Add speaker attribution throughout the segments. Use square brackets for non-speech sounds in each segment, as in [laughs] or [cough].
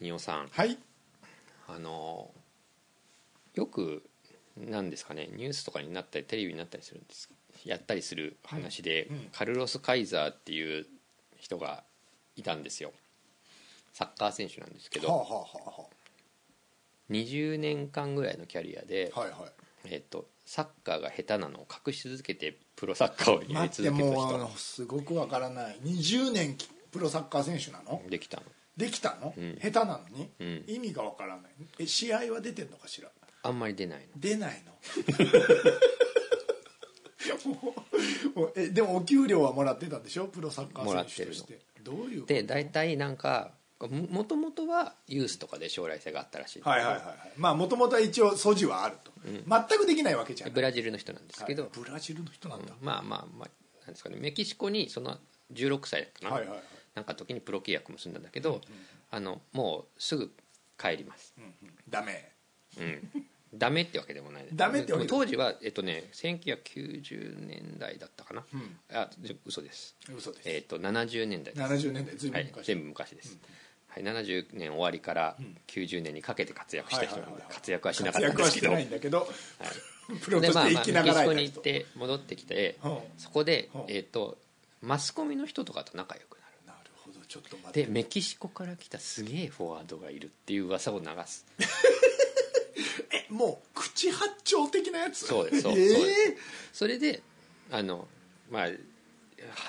Speaker 1: 二葉さん
Speaker 2: はい
Speaker 1: あのよくなんですかねニュースとかになったりテレビになったりするんですやったりする話で、
Speaker 2: うんうん
Speaker 1: カルロス・カイザーっていう人がいたんですよサッカー選手なんですけ
Speaker 2: はあは
Speaker 1: ど
Speaker 2: あは
Speaker 1: 20年間ぐらいのキャリアで
Speaker 2: あ、はあはいはい
Speaker 1: えっとサッカーが下手なのを隠し続けてプロサッカーをやり
Speaker 2: 待って
Speaker 1: 続け
Speaker 2: も
Speaker 1: た
Speaker 2: うあの
Speaker 1: 人
Speaker 2: すごくわからない20年きプロサッカー選手なの
Speaker 1: できたの
Speaker 2: できたの、
Speaker 1: ん
Speaker 2: 下手なのに、
Speaker 1: うん
Speaker 2: 意味がわからないえ試合は出てんのかしら
Speaker 1: あんまり出ないの
Speaker 2: 出ない
Speaker 1: [laughs]
Speaker 2: のもうもうえでもお給料はもらってたんでしょプロサッカ
Speaker 1: もら
Speaker 2: ー
Speaker 1: って
Speaker 2: 選手
Speaker 1: る
Speaker 2: と
Speaker 1: の
Speaker 2: してどういうこと
Speaker 1: で大体なんかももともとはユースとかで将来性があったらしいんだけど
Speaker 2: はいはいはいはいまあもともとは一応素地はあると、全くできないわけじゃない
Speaker 1: ブラジルの人なんですけど、
Speaker 2: はいブラジルの人なんだ、
Speaker 1: まあまあまあなんですかねメキシコにその16歳だったかな、
Speaker 2: はいはいはい
Speaker 1: なんか時にプロ契約も結んだんだけど、あのもうすぐ帰ります、
Speaker 2: うんうんダメ
Speaker 1: うん、
Speaker 2: [laughs]
Speaker 1: ダメってわけでもない
Speaker 2: ダメってわけでも
Speaker 1: 当時はえっとね1990年代だったかな、
Speaker 2: うん
Speaker 1: あじ嘘です
Speaker 2: 嘘です、
Speaker 1: えっと70年代です
Speaker 2: 70年代ずいぶ
Speaker 1: は
Speaker 2: ん
Speaker 1: い、
Speaker 2: 昔、
Speaker 1: 全部昔です、はい、70年終わりから90年にかけて活躍した人なん
Speaker 2: は
Speaker 1: で
Speaker 2: いはいはいはい
Speaker 1: 活躍はしなか
Speaker 2: 活
Speaker 1: ったん
Speaker 2: 躍
Speaker 1: で
Speaker 2: は
Speaker 1: す
Speaker 2: し
Speaker 1: け
Speaker 2: て
Speaker 1: ど
Speaker 2: ないんだけど、プロと
Speaker 1: で
Speaker 2: し
Speaker 1: まあ
Speaker 2: て
Speaker 1: ま
Speaker 2: 生
Speaker 1: あ
Speaker 2: き
Speaker 1: メ
Speaker 2: な
Speaker 1: キ
Speaker 2: がら
Speaker 1: シ
Speaker 2: え
Speaker 1: コ
Speaker 2: た
Speaker 1: に行っ
Speaker 2: 人
Speaker 1: て戻ってきて、
Speaker 2: うん
Speaker 1: そこで
Speaker 2: うん、
Speaker 1: えっとマスコミの人とかと仲良くなる
Speaker 2: なるほどちょっと待って
Speaker 1: でメキシコから来たすげえフォワードがいるっていう噂を流す
Speaker 2: えもう口八丁的なやつ
Speaker 1: そうですそう
Speaker 2: え
Speaker 1: そうそれであのまあは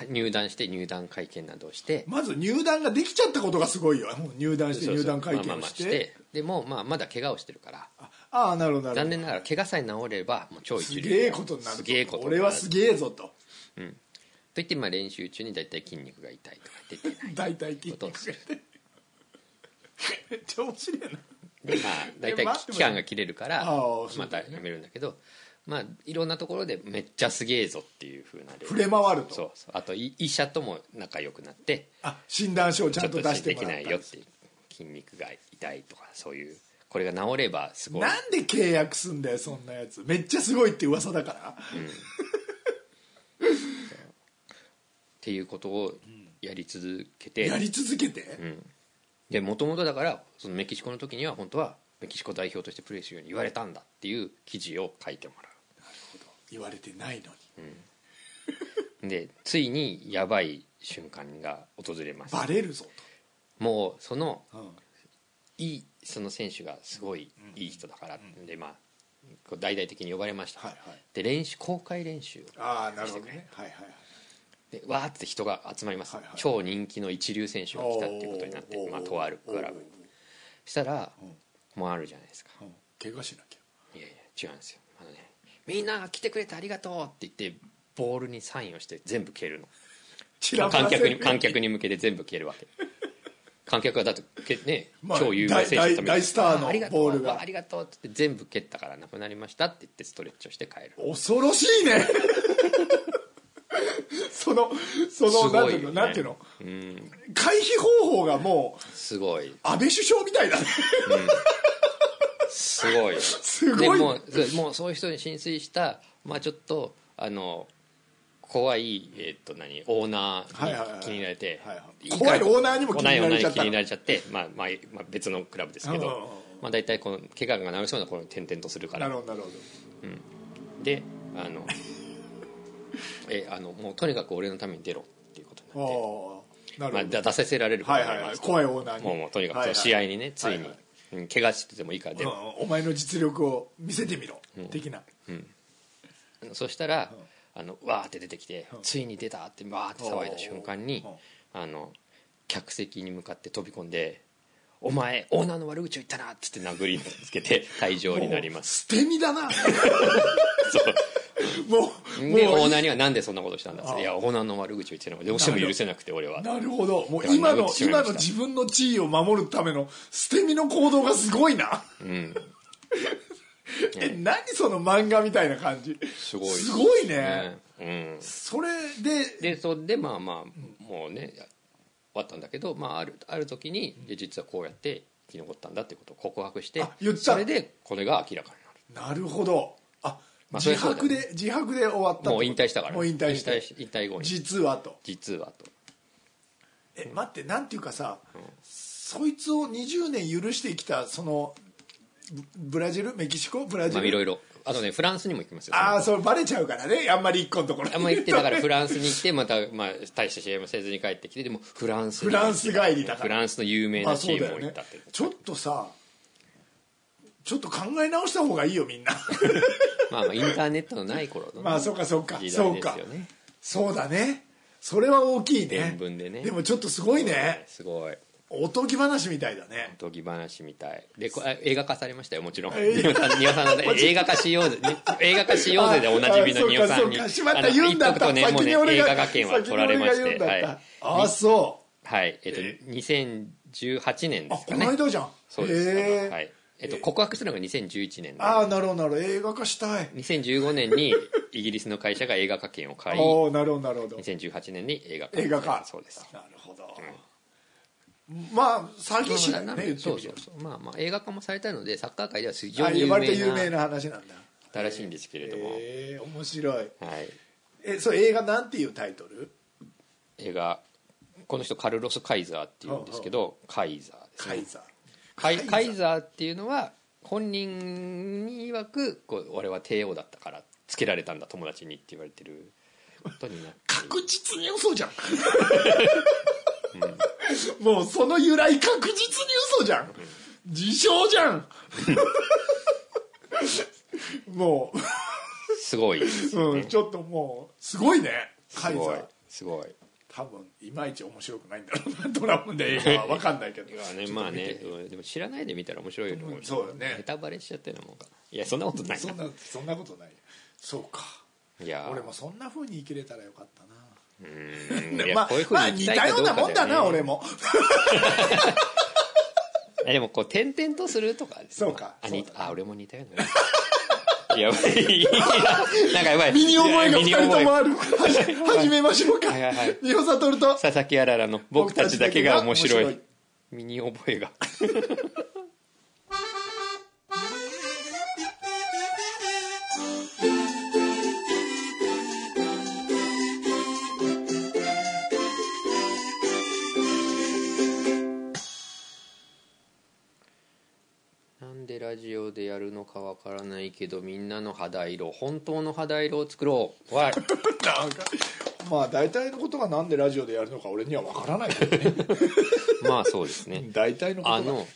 Speaker 1: 入団して入団会見などをして
Speaker 2: ーまず入団ができちゃったことがすごいよもう入団して
Speaker 1: そう
Speaker 2: 入
Speaker 1: そう
Speaker 2: 団会見
Speaker 1: まあま
Speaker 2: を
Speaker 1: あまあ
Speaker 2: して,、
Speaker 1: でもまあまだ怪我をしてるから
Speaker 2: ああーなるほどなるほど
Speaker 1: 残念ながら怪我さえ治ればもう超
Speaker 2: す
Speaker 1: 一流
Speaker 2: げえことになる
Speaker 1: すげえことになる
Speaker 2: 俺はすげえぞと
Speaker 1: といってまあ練習中に大体筋肉が痛いとか出てない
Speaker 2: 大体聞いて
Speaker 1: ことを
Speaker 2: [laughs]
Speaker 1: する
Speaker 2: めっちゃ面白いな
Speaker 1: でまあ大体
Speaker 2: 待って
Speaker 1: 期間が切れるから
Speaker 2: ああそうだね
Speaker 1: またやめるんだけどまあいろんなところでめっちゃすげえぞっていうふうな例
Speaker 2: 触れ回る
Speaker 1: そ
Speaker 2: と
Speaker 1: うそうあとい医者とも仲良くなって
Speaker 2: あ診断書をちゃ
Speaker 1: ちょ
Speaker 2: ん
Speaker 1: っ
Speaker 2: と
Speaker 1: と
Speaker 2: 出
Speaker 1: し
Speaker 2: して
Speaker 1: で
Speaker 2: も
Speaker 1: き
Speaker 2: ら
Speaker 1: な
Speaker 2: っ
Speaker 1: い
Speaker 2: た
Speaker 1: よっていう筋肉が痛いとかそういうこれが治ればすごい
Speaker 2: なんで契約すんだよそんなやつめっちゃすごいって噂だか
Speaker 1: っ
Speaker 2: ら、
Speaker 1: ていうことをやり続けて
Speaker 2: やり続けて、
Speaker 1: でもともとだからそのメキシコの時には本当はメキシコ代表としてプレーするように言われたんだっていう記事を書いてもら
Speaker 2: 言われてないのに
Speaker 1: うでついにやばい瞬間が訪れます
Speaker 2: バレるぞ
Speaker 1: もうその
Speaker 2: と、
Speaker 1: いいその選手がすごいいい人だからでまあこう大々的に呼ばれました、
Speaker 2: はいはい
Speaker 1: で練習公開練習
Speaker 2: ああなるほどねはいはいはい
Speaker 1: でわーって人が集まります、
Speaker 2: はいはい
Speaker 1: 超人気の一流選手が来たっていうことになって
Speaker 2: おー
Speaker 1: まあ、とあるクラブにしたらもうあるじゃないですか
Speaker 2: うん怪我しなきゃ
Speaker 1: いやいや違うんですよあのねみんな来てくれてありがとうって言ってボールにサインをして全部消えるの
Speaker 2: 散らば
Speaker 1: 観
Speaker 2: らせ
Speaker 1: 客に
Speaker 2: る
Speaker 1: 観客に向けて全部消えるわけ観客がだってけね、
Speaker 2: まあ
Speaker 1: 超有名選手のため
Speaker 2: 大大大スターの
Speaker 1: あありがとう
Speaker 2: ボールが
Speaker 1: あありがとうって言って全部蹴ったからなくなりましたって言ってストレッチをして帰る
Speaker 2: 恐ろしいね [laughs] そのそ
Speaker 1: す
Speaker 2: のなん
Speaker 1: ご
Speaker 2: て
Speaker 1: い
Speaker 2: いう
Speaker 1: よ
Speaker 2: の
Speaker 1: ね
Speaker 2: なんていうの回避方法がもう
Speaker 1: すごい
Speaker 2: 安倍首相みたいだね [laughs]
Speaker 1: すごいよ
Speaker 2: す
Speaker 1: で
Speaker 2: ごい
Speaker 1: もうそうもうそういう人に浸水した、まあ、ちょっとあの怖い、えっと何オーナ
Speaker 2: はいはいは
Speaker 1: ー
Speaker 2: い
Speaker 1: に気に入られて、
Speaker 2: はいはい
Speaker 1: か
Speaker 2: 怖いオーナーにも気に入られちゃ
Speaker 1: 怖いオーナー
Speaker 2: った
Speaker 1: に気に入られちゃって、まあまあまあ、別のクラブですけ
Speaker 2: うんうんうん
Speaker 1: ど、まあ、大体この怪我が治りそうな頃に転々とするから
Speaker 2: なるほどなるほど
Speaker 1: であの [laughs] えあのもうとにかく俺のために出ろっていうことになって
Speaker 2: ああなる
Speaker 1: まあ、
Speaker 2: ほど、
Speaker 1: だ出させられること
Speaker 2: はい
Speaker 1: にな
Speaker 2: は
Speaker 1: り
Speaker 2: いは
Speaker 1: ま
Speaker 2: い
Speaker 1: す
Speaker 2: 怖いオーナーに
Speaker 1: もうもうとにかく
Speaker 2: はい
Speaker 1: そ
Speaker 2: は
Speaker 1: の
Speaker 2: い
Speaker 1: 試合にねついに、
Speaker 2: はは
Speaker 1: うん怪我しててもいいから出ろ、
Speaker 2: うんお前の実力を見せてみろ、的な
Speaker 1: そしたら、あのわーって出てきて、ついに出たってわーって騒いだ瞬間に、あの客席に向かって飛び込んで「お前オーナーの悪口を言ったな」っつって殴りつけ
Speaker 2: [laughs]
Speaker 1: て退場になります
Speaker 2: 捨て身
Speaker 1: [laughs]
Speaker 2: だな [laughs] もうもう
Speaker 1: でオーナーには「なんでそんなことしたんだ」っつっ
Speaker 2: あ
Speaker 1: て「
Speaker 2: ー
Speaker 1: いやオーナーの悪口を言ってるのがどうしても許せなくて俺は」
Speaker 2: なるほども
Speaker 1: いうや
Speaker 2: 今
Speaker 1: 殴っ
Speaker 2: の
Speaker 1: てしまい
Speaker 2: 今
Speaker 1: ました
Speaker 2: の自分の地位を守るための捨て身の行動がすごいな、 [laughs] え何その漫画みたいな感じす
Speaker 1: すごい
Speaker 2: すごいね
Speaker 1: うん、
Speaker 2: それで
Speaker 1: でそれでまあまあもうね終わったんだけど、まあ、あるある時にいや実はこうやって生き残ったんだっていうことを告白して
Speaker 2: あ言った
Speaker 1: それでこれが明らかになる。
Speaker 2: なるほどあ、
Speaker 1: まあそ
Speaker 2: 自
Speaker 1: れそうだ
Speaker 2: 白
Speaker 1: よね
Speaker 2: で、自白で終わったってこと
Speaker 1: もう引退したから、
Speaker 2: もう引退し
Speaker 1: 引
Speaker 2: て
Speaker 1: 退引退後に
Speaker 2: 実はと
Speaker 1: 実はと
Speaker 2: え待ってなんていうかさ、そいつを20年許してきたそのブブラジルメキシコブラジ
Speaker 1: まあいろい
Speaker 2: ル、
Speaker 1: ろあとねフランスにも行きますよ
Speaker 2: ああそれバレちゃうからねあんまり一個のところ
Speaker 1: あんま行ってだからフランスに行ってまた、まあ、大した試合もせずに帰ってきてでもフランスに
Speaker 2: [laughs] フランス帰りだから
Speaker 1: フランスの有名
Speaker 2: ま
Speaker 1: な
Speaker 2: あ
Speaker 1: チ
Speaker 2: そう
Speaker 1: ー
Speaker 2: だ
Speaker 1: ムを行
Speaker 2: よ
Speaker 1: っ
Speaker 2: ね
Speaker 1: たって、
Speaker 2: ちょっとさちょっと考え直した方がいいよ
Speaker 1: [laughs]
Speaker 2: みんな
Speaker 1: まあ、まあインターネットのない頃のね、
Speaker 2: まあそうかそうか
Speaker 1: 時
Speaker 2: そ
Speaker 1: 代
Speaker 2: う
Speaker 1: です
Speaker 2: か
Speaker 1: よね
Speaker 2: そうだねそれは大きい
Speaker 1: 伝
Speaker 2: ね
Speaker 1: 聞でね
Speaker 2: もちょっとすごいね
Speaker 1: すごい
Speaker 2: おとぎ話みたいだね
Speaker 1: おとぎ話みたいでこあ映画化されましたよもちろん
Speaker 2: え
Speaker 1: 仁 [laughs] さん丹さんのね映画化しようぜ、ね映画化しようぜでおなじみの仁代さんに
Speaker 2: あ
Speaker 1: あ
Speaker 2: そうかそうかしまった
Speaker 1: の
Speaker 2: 言うんだっ
Speaker 1: 一
Speaker 2: た
Speaker 1: 刻とねもう
Speaker 2: 先
Speaker 1: ね
Speaker 2: に俺
Speaker 1: 映
Speaker 2: が
Speaker 1: 画化権は取られまして
Speaker 2: 先に俺が言うんだ
Speaker 1: は
Speaker 2: っ
Speaker 1: い
Speaker 2: たあそ
Speaker 1: はいえっと、2018年
Speaker 2: うあ
Speaker 1: です
Speaker 2: こ
Speaker 1: か
Speaker 2: の
Speaker 1: ね
Speaker 2: 間じゃん
Speaker 1: そうです、
Speaker 2: へえ
Speaker 1: はいえっと、告白したのが2011年で
Speaker 2: ああなるほどなるほど映画化したい
Speaker 1: 2015年
Speaker 2: [laughs]
Speaker 1: にイギリスの会社が映画化権を買い
Speaker 2: おおなるほどなるほど
Speaker 1: 2018年に映画化
Speaker 2: 映画化
Speaker 1: そうです
Speaker 2: なるほど、まあ詐欺師だよ
Speaker 1: まあ
Speaker 2: ね言って
Speaker 1: そ
Speaker 2: み
Speaker 1: う
Speaker 2: れ
Speaker 1: そうそ
Speaker 2: ば
Speaker 1: うまあまあ映画化もされたのでサッカー界では非
Speaker 2: あ
Speaker 1: 常に有
Speaker 2: 呼ばれて有
Speaker 1: 名
Speaker 2: 名
Speaker 1: な
Speaker 2: な話なんだ
Speaker 1: 方らしいんですけれども、
Speaker 2: ええ面白い
Speaker 1: はい、
Speaker 2: えそれ映画なんていうタイトル
Speaker 1: 映画この人カルロス・カイザーっていうんですけどカイザーです
Speaker 2: カ
Speaker 1: ね
Speaker 2: イザー
Speaker 1: カイカイザーっていうのは本人に曰くこう俺は帝王だったからつけられたんだ友達にって言われてることになっている
Speaker 2: 確実に嘘じゃん、 [laughs] もうその由来確実に嘘じゃん自称じゃ
Speaker 1: [laughs]
Speaker 2: んも
Speaker 1: すごいです
Speaker 2: う、うん、ちょっともうすごいねカ
Speaker 1: す
Speaker 2: イザ
Speaker 1: ごい
Speaker 2: ー
Speaker 1: すごい
Speaker 2: 多分いまいち面白くないんだろうな [laughs] ドラマで映画は分かんないけど
Speaker 1: いやねまあね、うんでも知らないで見たら面白いと思
Speaker 2: うんそうだね
Speaker 1: ネタバレしちゃってるのもんかいやそんなことない
Speaker 2: そんなそんなことないそうか
Speaker 1: いや
Speaker 2: 俺もそんな風に生きれたらよかったな
Speaker 1: うーんいや
Speaker 2: [laughs] まあ
Speaker 1: こういうふう
Speaker 2: まあ
Speaker 1: に
Speaker 2: 似
Speaker 1: 行きた
Speaker 2: た
Speaker 1: い
Speaker 2: よ
Speaker 1: か
Speaker 2: う
Speaker 1: どうかだよ
Speaker 2: なもんだな
Speaker 1: ね
Speaker 2: 俺も
Speaker 1: えでもこう転々とするとかですね
Speaker 2: そうか
Speaker 1: あ
Speaker 2: そう
Speaker 1: 似
Speaker 2: だね
Speaker 1: あ俺も似たような [laughs] いやばいなんかやばい
Speaker 2: 身に覚えが
Speaker 1: 身
Speaker 2: 二
Speaker 1: に
Speaker 2: 人と
Speaker 1: 覚え
Speaker 2: もある始始めましょうか
Speaker 1: はいはいはい
Speaker 2: 二葉さとると
Speaker 1: 佐々木あららの僕たちだけが面白
Speaker 2: 僕たち
Speaker 1: い
Speaker 2: だけが
Speaker 1: 身
Speaker 2: 面
Speaker 1: に覚えがなんでラジオでやるのかわからないけどみんなの肌色本当の肌色を作ろう
Speaker 2: [laughs]
Speaker 1: わい
Speaker 2: なんかまあ大体のことがなんでラジオでやるのか俺には分からないけどね
Speaker 1: [laughs] まあそうですね
Speaker 2: 大体のことが
Speaker 1: あの、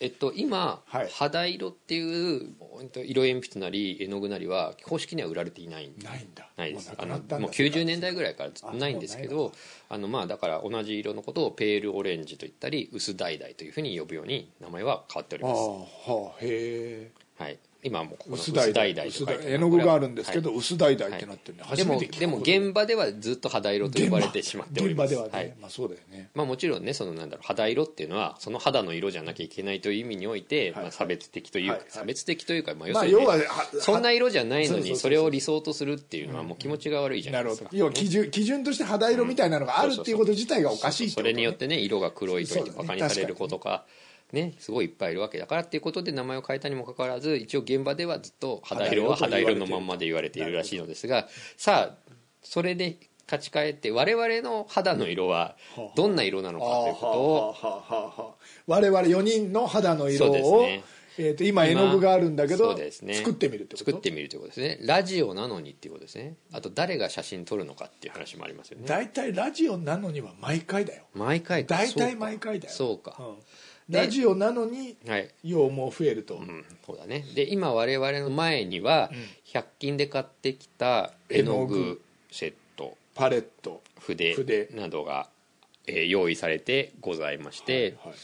Speaker 1: えっと今、
Speaker 2: はい
Speaker 1: 肌色っていうほんと色鉛筆なり絵の具なりは公式には売られていない
Speaker 2: ないんだ
Speaker 1: ないです
Speaker 2: もう
Speaker 1: あ
Speaker 2: なくな
Speaker 1: の
Speaker 2: ったんだ
Speaker 1: もう90年代ぐらいからずっ
Speaker 2: あ
Speaker 1: とないんですけ
Speaker 2: もうない
Speaker 1: どあのまあだから同じ色のことをペールオレンジと言ったり薄橙というふうに呼ぶように名前は変わっており
Speaker 2: ああ
Speaker 1: ます、
Speaker 2: はあへえ
Speaker 1: はい、今はもうここの
Speaker 2: 薄
Speaker 1: 薄
Speaker 2: 橙
Speaker 1: 橙と書
Speaker 2: だ
Speaker 1: いてます
Speaker 2: 絵の具があるんですけど、
Speaker 1: は
Speaker 2: 薄橙って
Speaker 1: い
Speaker 2: なってるね、
Speaker 1: で
Speaker 2: 初め
Speaker 1: も
Speaker 2: て聞いた
Speaker 1: でも現場ではずっと肌色と呼ばれてしまっております
Speaker 2: 現場ではね、
Speaker 1: はい
Speaker 2: まあそうだよね
Speaker 1: まあ、もちろんねそのなんだろう肌色っていうのはその肌の色じゃなきゃいけないという意味において、
Speaker 2: はい
Speaker 1: まあ、差別的というか、
Speaker 2: はいはい
Speaker 1: 差別的というか、まあ、要
Speaker 2: ますあ
Speaker 1: るにね、
Speaker 2: 要はは
Speaker 1: そんな色じゃないの
Speaker 2: そうそうそう
Speaker 1: に
Speaker 2: そう
Speaker 1: それを理想とするっていうのはもう気持ちが悪いじゃな
Speaker 2: ないる
Speaker 1: で
Speaker 2: ほ
Speaker 1: す
Speaker 2: ど
Speaker 1: か、
Speaker 2: 要は基準基準として肌色みたいなのがあるっていうこと自体がおかしいって
Speaker 1: そ
Speaker 2: こと、ね、
Speaker 1: れによってね色が黒いと
Speaker 2: そう
Speaker 1: か
Speaker 2: だね
Speaker 1: バカにされる子とかねすごいいっぱいいるわけだからっていうことで名前を変えたにもかかわらず一応現場ではずっと肌色は
Speaker 2: 肌
Speaker 1: 肌
Speaker 2: 色と言
Speaker 1: 色
Speaker 2: われている
Speaker 1: のまんまで言われているらしいのですがさあそれで立ち返って我々の肌の色はどんな色なのかということを
Speaker 2: あーはあはあはあはあ我々4人の肌の
Speaker 1: そ
Speaker 2: 色
Speaker 1: う
Speaker 2: を、
Speaker 1: ですね
Speaker 2: えー、と今絵の具があるんだけ
Speaker 1: そ
Speaker 2: ど、
Speaker 1: うですね
Speaker 2: 作ってみるってこと
Speaker 1: 作ってみるということですねラジオなのにっていうことですねあと誰が写真撮るのかっていう話もありますよね
Speaker 2: 大体ラジオなのには毎回だよ
Speaker 1: 毎回か
Speaker 2: 大体毎回だよ
Speaker 1: そうか
Speaker 2: うん
Speaker 1: で
Speaker 2: ラジオなのに
Speaker 1: そうかはい
Speaker 2: 羊毛増えると、
Speaker 1: うんそうだねで今我々の前には100均で買ってきた絵の
Speaker 2: 絵の
Speaker 1: 具セット
Speaker 2: パレット
Speaker 1: 筆
Speaker 2: 筆
Speaker 1: などが、えー用意されてございまして、
Speaker 2: はい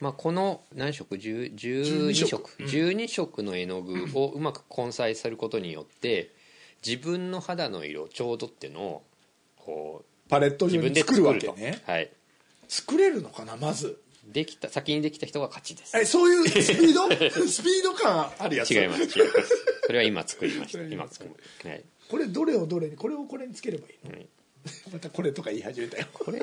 Speaker 1: まあ、この何色10 12色12色の絵の具をうまく混彩することによって自分の肌の色ちょうどってのをこう
Speaker 2: パレット
Speaker 1: 自
Speaker 2: 上
Speaker 1: 分
Speaker 2: に
Speaker 1: で
Speaker 2: 作
Speaker 1: 作
Speaker 2: るわ
Speaker 1: る
Speaker 2: け
Speaker 1: と
Speaker 2: ね
Speaker 1: はい、
Speaker 2: 作れるのかなまず
Speaker 1: できた先にできた人が勝ちです
Speaker 2: えそう
Speaker 1: [laughs]
Speaker 2: いうスピードスピード感あるやつ
Speaker 1: 違います違いますそれは今作りまし
Speaker 2: [laughs] そ
Speaker 1: た
Speaker 2: れは
Speaker 1: 今
Speaker 2: 今
Speaker 1: 作る
Speaker 2: 作る、
Speaker 1: はい、
Speaker 2: これどれをどれにこれをこれにつければいいの、
Speaker 1: はい
Speaker 2: [laughs] またこれとか言い始めたよ
Speaker 1: これ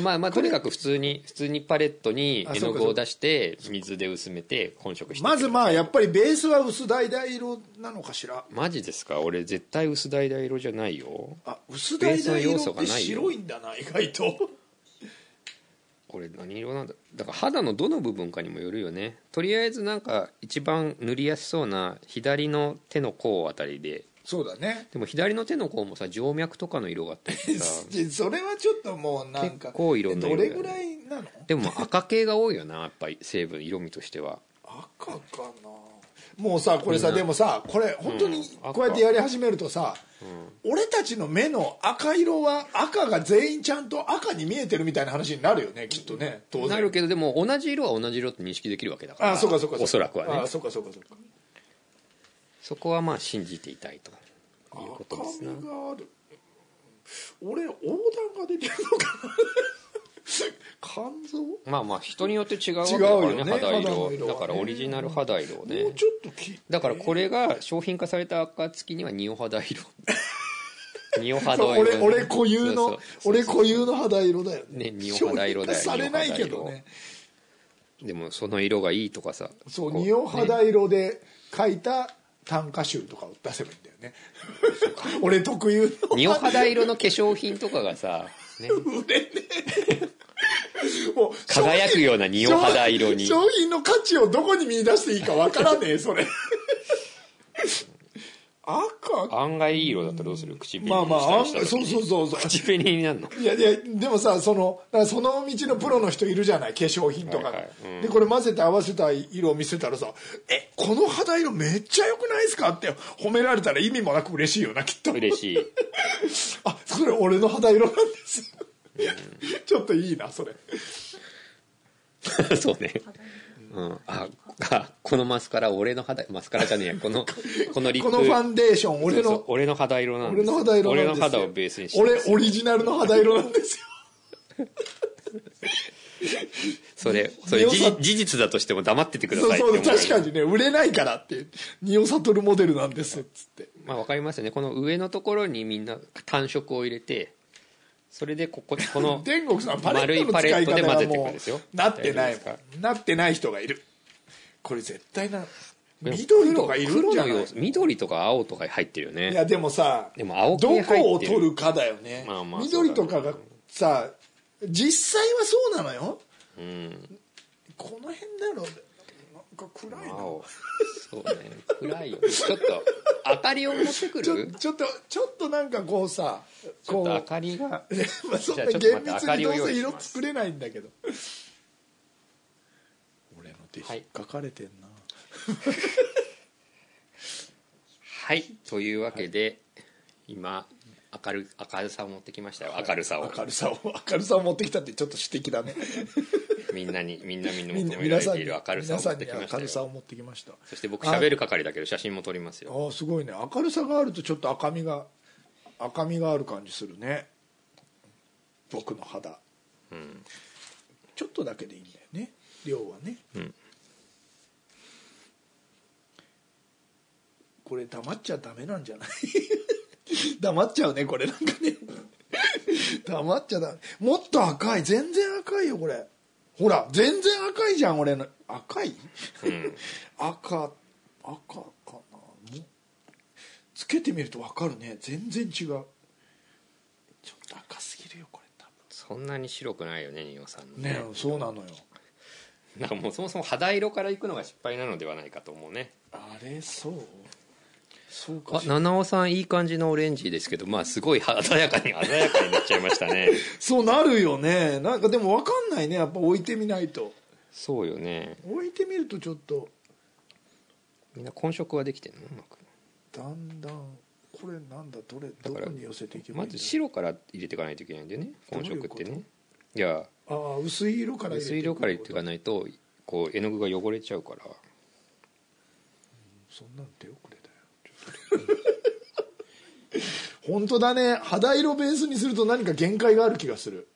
Speaker 1: まあまあとにかく普通に普通にパレットに
Speaker 2: あ
Speaker 1: 絵
Speaker 2: そ
Speaker 1: の
Speaker 2: うか
Speaker 1: 具を出して水で薄めて混色して
Speaker 2: まずまあやっぱりベースは薄橙色なのかしら
Speaker 1: マジですか俺絶対薄橙色じゃないよ
Speaker 2: あ薄
Speaker 1: ベースの
Speaker 2: 橙
Speaker 1: 要
Speaker 2: 色
Speaker 1: 素
Speaker 2: っ
Speaker 1: が
Speaker 2: て
Speaker 1: ないよ
Speaker 2: 白いんだな意外と
Speaker 1: これ何色なんだだから肌のどの部分かにもよるよねとりあえずなんか一番塗りやすそうな左の手の甲あたりで
Speaker 2: そうだね
Speaker 1: でも左の手の甲もさ静脈とかの色があったりしてさ
Speaker 2: それはちょっともうなんか
Speaker 1: 結構いろんな色だ
Speaker 2: どれ
Speaker 1: よね
Speaker 2: ぐらいなの
Speaker 1: でも赤系が多いよなやっぱり成分色味としては
Speaker 2: 赤かなもうさこれさ
Speaker 1: みんな
Speaker 2: でもさこれ本当に
Speaker 1: うん
Speaker 2: こうやってやり始めるとさ、俺たちの目の赤色は赤が全員ちゃんと赤に見えてるみたいな話になるよねきっとね当然
Speaker 1: なるけどでも同じ色は同じ色って認識できるわけだから
Speaker 2: あそうかそうかうか
Speaker 1: おそらくは
Speaker 2: あ
Speaker 1: ね
Speaker 2: そうかそうかそうか
Speaker 1: そこはまあ信じていたいということ
Speaker 2: 赤
Speaker 1: です
Speaker 2: み
Speaker 1: な
Speaker 2: がある俺横断ができるのかな肝臓
Speaker 1: まあまあ人によって違うわけだ
Speaker 2: 違
Speaker 1: か
Speaker 2: うよ
Speaker 1: らね
Speaker 2: ね
Speaker 1: 肌
Speaker 2: 肌
Speaker 1: 色
Speaker 2: の色
Speaker 1: だ
Speaker 2: は
Speaker 1: か
Speaker 2: ね
Speaker 1: らオリジナル肌色
Speaker 2: もう
Speaker 1: ね
Speaker 2: ちょっとき
Speaker 1: だからこれが商品化された暁には仁王肌
Speaker 2: [laughs]
Speaker 1: 色仁王肌
Speaker 2: そう
Speaker 1: 色
Speaker 2: 俺俺固有の
Speaker 1: そうそう
Speaker 2: 俺固有の肌色だよ
Speaker 1: ね
Speaker 2: ね
Speaker 1: 仁王肌色だよ
Speaker 2: 消滅されないけど
Speaker 1: 仁王肌
Speaker 2: ね
Speaker 1: 色でもその色がいいとかさ
Speaker 2: そう
Speaker 1: こ
Speaker 2: 仁王肌色で書いた短歌集とかを出せばいいんだよね俺特有の
Speaker 1: 仁王肌色の化粧品とかがさ、
Speaker 2: [laughs]
Speaker 1: ね、
Speaker 2: もう
Speaker 1: 輝くような仁王肌色に
Speaker 2: 商品の価値をどこに見出していいかわからねえ
Speaker 1: [laughs]
Speaker 2: それ赤
Speaker 1: 案外いい色だったらどうする [laughs] 唇に
Speaker 2: まあまああん
Speaker 1: したりした
Speaker 2: そう
Speaker 1: 時
Speaker 2: そうそうそう
Speaker 1: 口紅になるの
Speaker 2: いやいやでもさそのだからその道のプロの人いるじゃない化粧品とかの、
Speaker 1: はいはいうん
Speaker 2: でこれ混ぜて合わせた色を見せたらさ「えこの肌色めっちゃ良くないですか?」って褒められたら意味もなく嬉しいよなきっと
Speaker 1: 嬉しい
Speaker 2: [laughs] あそれ俺の肌色なんですよ、ちょっといいなそれ
Speaker 1: [laughs] そうね。うん、ああこのマスカラ俺の肌マスカラじゃねえやこのこのリップ
Speaker 2: このファンデーション俺
Speaker 1: そうそう
Speaker 2: の
Speaker 1: 俺の肌色なんで
Speaker 2: 俺
Speaker 1: す
Speaker 2: の肌色
Speaker 1: 俺の
Speaker 2: なんですよ
Speaker 1: 肌をベースにして
Speaker 2: 俺オリジナルの肌色なんですよ
Speaker 1: それそれ
Speaker 2: 匂
Speaker 1: 事
Speaker 2: さ
Speaker 1: 実事実だとしても黙っててくだ
Speaker 2: そ
Speaker 1: さい
Speaker 2: う
Speaker 1: って
Speaker 2: そ
Speaker 1: 思う
Speaker 2: う確かにね売れないからって仁王悟るモデルなんですっつって
Speaker 1: まあわかりますよねこの上のところにみんな単色を入れてそれでこここの
Speaker 2: 天国さんパ
Speaker 1: 丸
Speaker 2: レッ
Speaker 1: い
Speaker 2: ト
Speaker 1: パ
Speaker 2: の
Speaker 1: レ
Speaker 2: 使
Speaker 1: ッ
Speaker 2: い
Speaker 1: ト
Speaker 2: 方
Speaker 1: で混
Speaker 2: が
Speaker 1: ぜていくん
Speaker 2: も
Speaker 1: ですよ
Speaker 2: うなってな
Speaker 1: 大丈夫で
Speaker 2: い
Speaker 1: すか
Speaker 2: なってない人がいるこれ絶対な緑とかいるん
Speaker 1: 黒
Speaker 2: じゃ
Speaker 1: の
Speaker 2: ない
Speaker 1: 要素緑とか青とか入ってるよね
Speaker 2: いやでもさ
Speaker 1: でも青系入っ
Speaker 2: ど
Speaker 1: てる
Speaker 2: こを取るかだよね、
Speaker 1: まあまあ
Speaker 2: 緑とかがさ実際はそうなのよ
Speaker 1: うん
Speaker 2: この辺だろなんか暗いな
Speaker 1: 青そうね暗いよねちょっと明かりを持ってく
Speaker 2: ちょ
Speaker 1: る
Speaker 2: ちょっとちょっとなんかこうさ
Speaker 1: ちょ
Speaker 2: こ
Speaker 1: っ
Speaker 2: う
Speaker 1: と明かりが
Speaker 2: [laughs] まあそんな
Speaker 1: じゃあ
Speaker 2: 厳
Speaker 1: ちょっと待って明
Speaker 2: 密
Speaker 1: かり
Speaker 2: にど
Speaker 1: を
Speaker 2: う
Speaker 1: 用
Speaker 2: せ
Speaker 1: 意し
Speaker 2: 色
Speaker 1: ます
Speaker 2: 作れないんだけど俺の手引っかかれてんな、
Speaker 1: はいというわけで、今明る明るさを持ってきましたよ明るさを
Speaker 2: 明るさを明るさを持ってきたってちょっと指摘
Speaker 1: [laughs]
Speaker 2: だね
Speaker 1: みんなにみんなみんな
Speaker 2: みん
Speaker 1: 求
Speaker 2: な
Speaker 1: められ
Speaker 2: 皆さん
Speaker 1: て
Speaker 2: に
Speaker 1: いる明るさを
Speaker 2: 皆
Speaker 1: 持
Speaker 2: さ
Speaker 1: っ
Speaker 2: んに
Speaker 1: てきま
Speaker 2: 明る
Speaker 1: した
Speaker 2: さ
Speaker 1: よ
Speaker 2: を持ってきました
Speaker 1: そして僕喋る係だけど写真も撮りますよ
Speaker 2: ああすごいね明るさがあるとちょっと赤みが赤みがある感じするね僕の肌
Speaker 1: うん
Speaker 2: ちょっとだけでいいんだよね量はね
Speaker 1: うん
Speaker 2: これ黙っちゃダメなんじゃない [laughs] 黙っちゃうねこれなんかね [laughs] 黙っちゃダメもっと赤い全然赤いよこれほら全然赤いじゃん俺の赤い
Speaker 1: うん
Speaker 2: 赤赤かなもつけてみると分かるね全然違うちょっと赤すぎるよこれ多
Speaker 1: そんなに白くないよねニオさんの
Speaker 2: 分ねえそうなのよ
Speaker 1: なんかもうそもそも肌色からいくのが失敗なのではないかと思うね
Speaker 2: あれそうそうか
Speaker 1: あ
Speaker 2: しら
Speaker 1: 七尾さんいい感じのオレンジですけどまあすごい鮮やかに鮮やかになっちゃいましたね
Speaker 2: そうなるよねなんかでも分かんないねやっぱ置いてみないと
Speaker 1: そうよね
Speaker 2: 置いてみるとちょっと
Speaker 1: みんな混色はできてるのうまく
Speaker 2: だんだんこれなんだどれど
Speaker 1: から
Speaker 2: こに寄せていけばい
Speaker 1: ま
Speaker 2: いんだ
Speaker 1: ず白から入れていかないといけないんだよね
Speaker 2: どう
Speaker 1: 混
Speaker 2: いう
Speaker 1: 色
Speaker 2: こ
Speaker 1: っ
Speaker 2: と
Speaker 1: てねいや
Speaker 2: ああ薄い色から入れ
Speaker 1: 水
Speaker 2: ていく
Speaker 1: 量からいっていか
Speaker 2: ね
Speaker 1: ないとこう絵の具が汚れちゃうから
Speaker 2: そんなん手遅れだよちょっと [laughs] 本当だね肌色ベースにすると何か限界がある気がする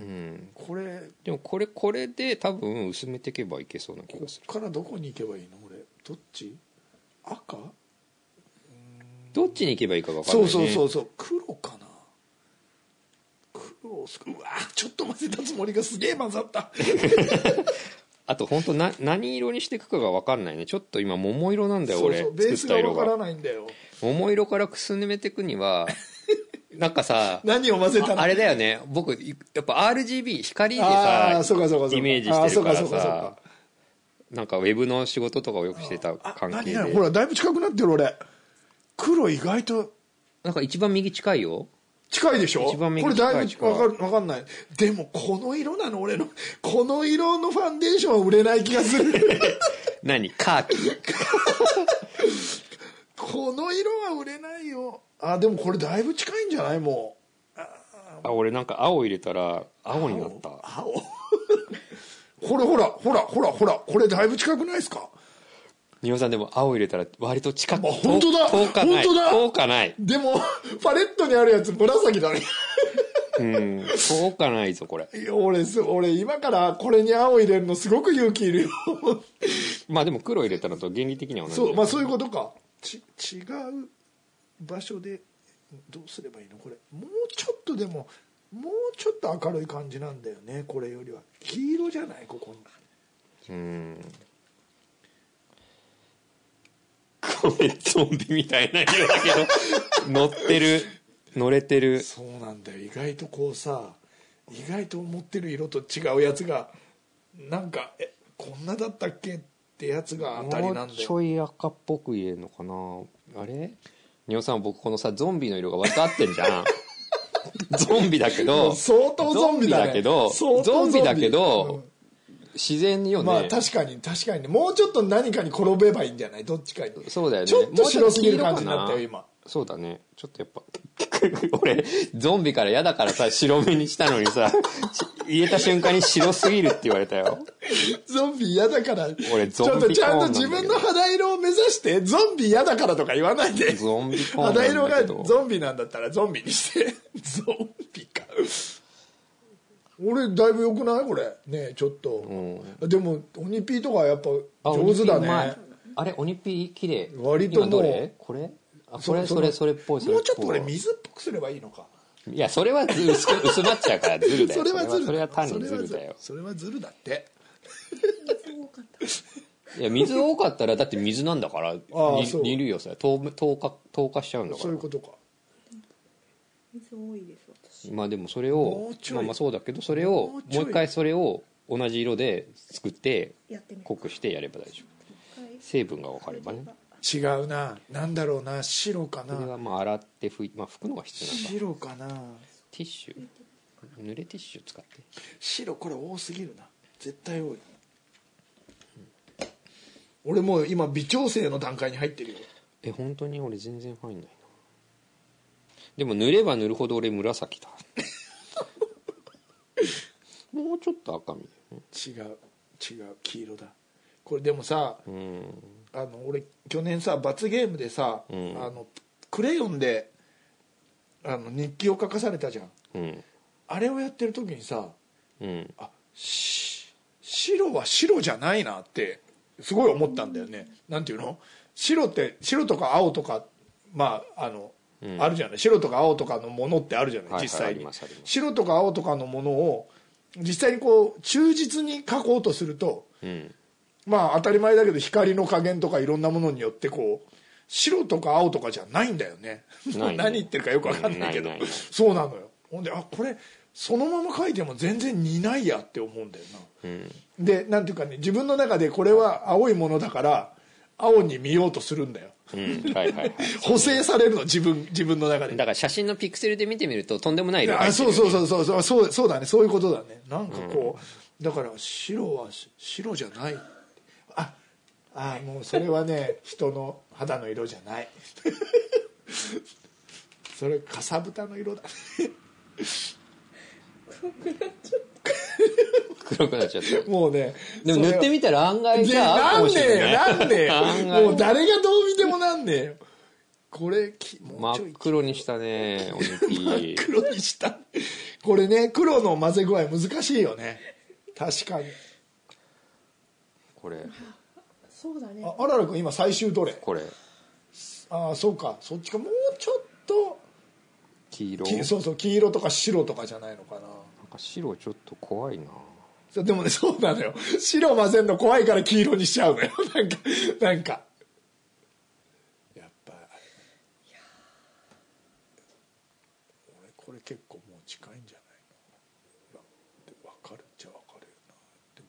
Speaker 1: うん
Speaker 2: これ
Speaker 1: でもこれこれで多分薄めていけばいけそうな気
Speaker 2: こ
Speaker 1: がする
Speaker 2: っからどこに行けばいいの俺どっち赤
Speaker 1: どっちに行けばいいかが分かん
Speaker 2: そ
Speaker 1: ないうね
Speaker 2: そうそうそう黒かな黒をすうわーちょっと混ぜたつもりがすげえ混ざった
Speaker 1: あと本当な何色にしていくかが分かんないねちょっと今桃
Speaker 2: [laughs]
Speaker 1: 色なんだよ
Speaker 2: そう
Speaker 1: 俺
Speaker 2: そうベー
Speaker 1: 作
Speaker 2: ス
Speaker 1: っ
Speaker 2: が
Speaker 1: た色
Speaker 2: わから
Speaker 1: が
Speaker 2: ないんだよ [laughs]
Speaker 1: 桃色からくすめていくにはなんかさ
Speaker 2: 何を混ぜたの
Speaker 1: ああれだよね僕いやっぱ RGB 光でさ
Speaker 2: あーそうかそうかそうか
Speaker 1: イメージしてるから
Speaker 2: あーそうかそうかそう
Speaker 1: さ
Speaker 2: か
Speaker 1: なんかウェブの仕事とかをよくしてた
Speaker 2: あ
Speaker 1: 関係
Speaker 2: 何
Speaker 1: で
Speaker 2: 何ほらだいぶ近くなってる俺黒意外と
Speaker 1: なんか一番右近いよ
Speaker 2: 近いでしょ
Speaker 1: 一番右
Speaker 2: これだいぶ
Speaker 1: 近い
Speaker 2: わかるわかんないでもこの色なの俺のこの色のファンデーションは売れない気がする
Speaker 1: [laughs] 何カーキ
Speaker 2: この色は売れないよあでもこれだいぶ近いんじゃないも
Speaker 1: あ俺なんか青入れたら青になった
Speaker 2: う青これほらほらほらほらこれだいぶ近くないですか
Speaker 1: 丹羽さんでも青入れたら割と近く
Speaker 2: あ本当だ
Speaker 1: 遠かない
Speaker 2: 本当だ
Speaker 1: 遠かない
Speaker 2: でも [laughs] パレットにあるやつ紫だね
Speaker 1: うん遠かないぞこれ
Speaker 2: いや俺す俺今からこれに青入れるのすごく勇気いるよ
Speaker 1: まあでも黒入れたのと原理的には同じ
Speaker 2: そうまあそういうことかち違う場所でどうすればいいのこれもうちょっとでももうちょっと明るい感じなんだよねこれよりは黄色じゃないここ
Speaker 1: うんコメゾンビみたいな色だけど乗ってる乗れてる
Speaker 2: そうなんだよ意外とこうさ意外と持ってる色と違うやつがなんかえこんなだったっけってやつが当たり
Speaker 1: も
Speaker 2: な
Speaker 1: うん
Speaker 2: だ
Speaker 1: ち
Speaker 2: よ
Speaker 1: ょい赤っぽく入れるのかなあれ丹羽さん僕このさゾンビの色が分かってんじ
Speaker 2: [laughs]
Speaker 1: ゃんゾンビだけど
Speaker 2: 相当ゾンビだ,、ね、
Speaker 1: けど
Speaker 2: 相当
Speaker 1: ゾンビだけ
Speaker 2: うん
Speaker 1: ど自然よね、
Speaker 2: まあ確かに確かにねもうちょっと何かに転べばいいんじゃないどっちかに
Speaker 1: そうだよね
Speaker 2: ちょっと白すぎる
Speaker 1: もうちょっと黄
Speaker 2: 感じに
Speaker 1: 色か
Speaker 2: なったよ今
Speaker 1: そうだねちょっとやっぱ [laughs] 俺ゾンビから嫌だからさ白目にしたのにさ [laughs] し入れた瞬間に白すぎるって言われたよ
Speaker 2: ゾンビ嫌だから
Speaker 1: 俺ゾンビ
Speaker 2: ちょっとちゃん
Speaker 1: コー
Speaker 2: と
Speaker 1: ンなんだけ
Speaker 2: 自
Speaker 1: ど
Speaker 2: 分の肌色を目指してゾンビ嫌だからとか言わないで
Speaker 1: ゾンビコーンなんだ
Speaker 2: 肌
Speaker 1: けど
Speaker 2: 色がゾンビなんだったらゾンビにしてゾンビか俺だいぶ良くないこれねえちょっと、でも鬼ピーとかやっぱ
Speaker 1: あ
Speaker 2: 上手だ
Speaker 1: 鬼ピーうまい
Speaker 2: ね
Speaker 1: あれオニピー綺麗
Speaker 2: 割ともう
Speaker 1: 今どれこれあこれそれそれっぽいそれ
Speaker 2: もうちょっと
Speaker 1: ぽい
Speaker 2: 俺水っぽくすればいいのか
Speaker 1: いやそれはず薄く [laughs] 薄まっちゃうからズルだよ
Speaker 2: それはズル
Speaker 1: それは単にズルだよ
Speaker 2: それはズルだって
Speaker 1: いや水多かったらだって水なんだから
Speaker 2: [laughs] ああ
Speaker 1: に
Speaker 2: そう
Speaker 1: 煮るよさ透明透過透過しちゃうんだか
Speaker 2: そう
Speaker 1: ら
Speaker 2: いうことか
Speaker 3: 水多いです私
Speaker 1: まあでもそれ
Speaker 2: も
Speaker 1: を
Speaker 2: うちょい
Speaker 1: まあまあそうだけどそれを
Speaker 2: もうちょい
Speaker 1: もう一回それを同じ色で作って
Speaker 3: やってみる
Speaker 1: 濃くしてやれば大丈夫
Speaker 3: はい
Speaker 1: 成分が分かればね
Speaker 2: 違うななんだろうな白か
Speaker 1: それ
Speaker 2: な
Speaker 1: はまあ洗って拭いまあ拭くのが必要なのか
Speaker 2: 白かな
Speaker 1: ティッシュ濡れティッシュ使って
Speaker 2: 白これ多すぎるな絶対多い、俺もう今微調整の段階に入ってるよ
Speaker 1: え本当に俺全然入んないなでも塗れば塗るほど俺紫
Speaker 2: [laughs]
Speaker 1: だもうちょっと赤み
Speaker 2: 違う違う黄色だこれでもさ
Speaker 1: うん
Speaker 2: あの俺去年さ罰ゲームでさ、
Speaker 1: ん
Speaker 2: あのクレヨンであの日記を書かされたじゃん
Speaker 1: うん
Speaker 2: あれをやってる時にさ
Speaker 1: うん
Speaker 2: あし白は白じゃないなってすごい思ったんだよね、なんていうの白って白とか青とかまああの、
Speaker 1: うん
Speaker 2: あるじゃない白とか青とかのものってあるじゃない、
Speaker 1: はいはい
Speaker 2: 実際
Speaker 1: あり
Speaker 2: に
Speaker 1: ますあります
Speaker 2: 白とか青とかのものを実際にこう忠実に書こうとすると
Speaker 1: うん
Speaker 2: まあ当たり前だけど光の加減とかいろんなものによってこう白とか青とかじゃないんだよね
Speaker 1: ないね
Speaker 2: 何言ってるかよくわかんないけど
Speaker 1: ないないない
Speaker 2: そうなのよほんであこれそのまま書いても全然似ないやって思うんだよ
Speaker 1: うん
Speaker 2: なでなんていうかね自分の中でこれは青いものだから青に見ようとするんだよ
Speaker 1: うんはいはいはい
Speaker 2: 補正されるの自分自分の中で
Speaker 1: だから写真のピクセルで見てみるととんでもない色が入
Speaker 2: あ
Speaker 1: ってる
Speaker 2: そうそうそうそうそうそうそうだねそういうことだねなんかこう、だから白はし白じゃないああもうそれはね [laughs] 人の肌の色じゃない [laughs] それかさぶたの色だ [laughs]
Speaker 1: 黒くなっちゃった
Speaker 2: もうね
Speaker 1: でも塗ってみたら案外
Speaker 2: い
Speaker 1: じゃ
Speaker 2: や
Speaker 1: あ
Speaker 2: なんねえよ
Speaker 1: な
Speaker 2: なんねえ
Speaker 1: 案
Speaker 2: よ
Speaker 1: 外
Speaker 2: もう誰がどう見てもなんねえよこれきもうち
Speaker 1: 真
Speaker 2: ょ
Speaker 1: っ
Speaker 2: い [laughs]
Speaker 1: 黒にしたねオリンピー
Speaker 2: 黒にしたこれね黒の混ぜ具合難しいよね確かに
Speaker 1: これ
Speaker 3: そうだね
Speaker 2: ああららくん今最終どれ
Speaker 1: これ
Speaker 2: ああそうかそっちかもうちょっと
Speaker 1: 黄色
Speaker 2: き
Speaker 1: なん
Speaker 2: そうそう黄色とか白とかじゃないのかな
Speaker 1: か白ちょっと怖いな
Speaker 2: そうでもねそうなのよ [laughs] 白混ぜんの怖いから黄色にしちゃうのよ [laughs] なんかなんかやっぱ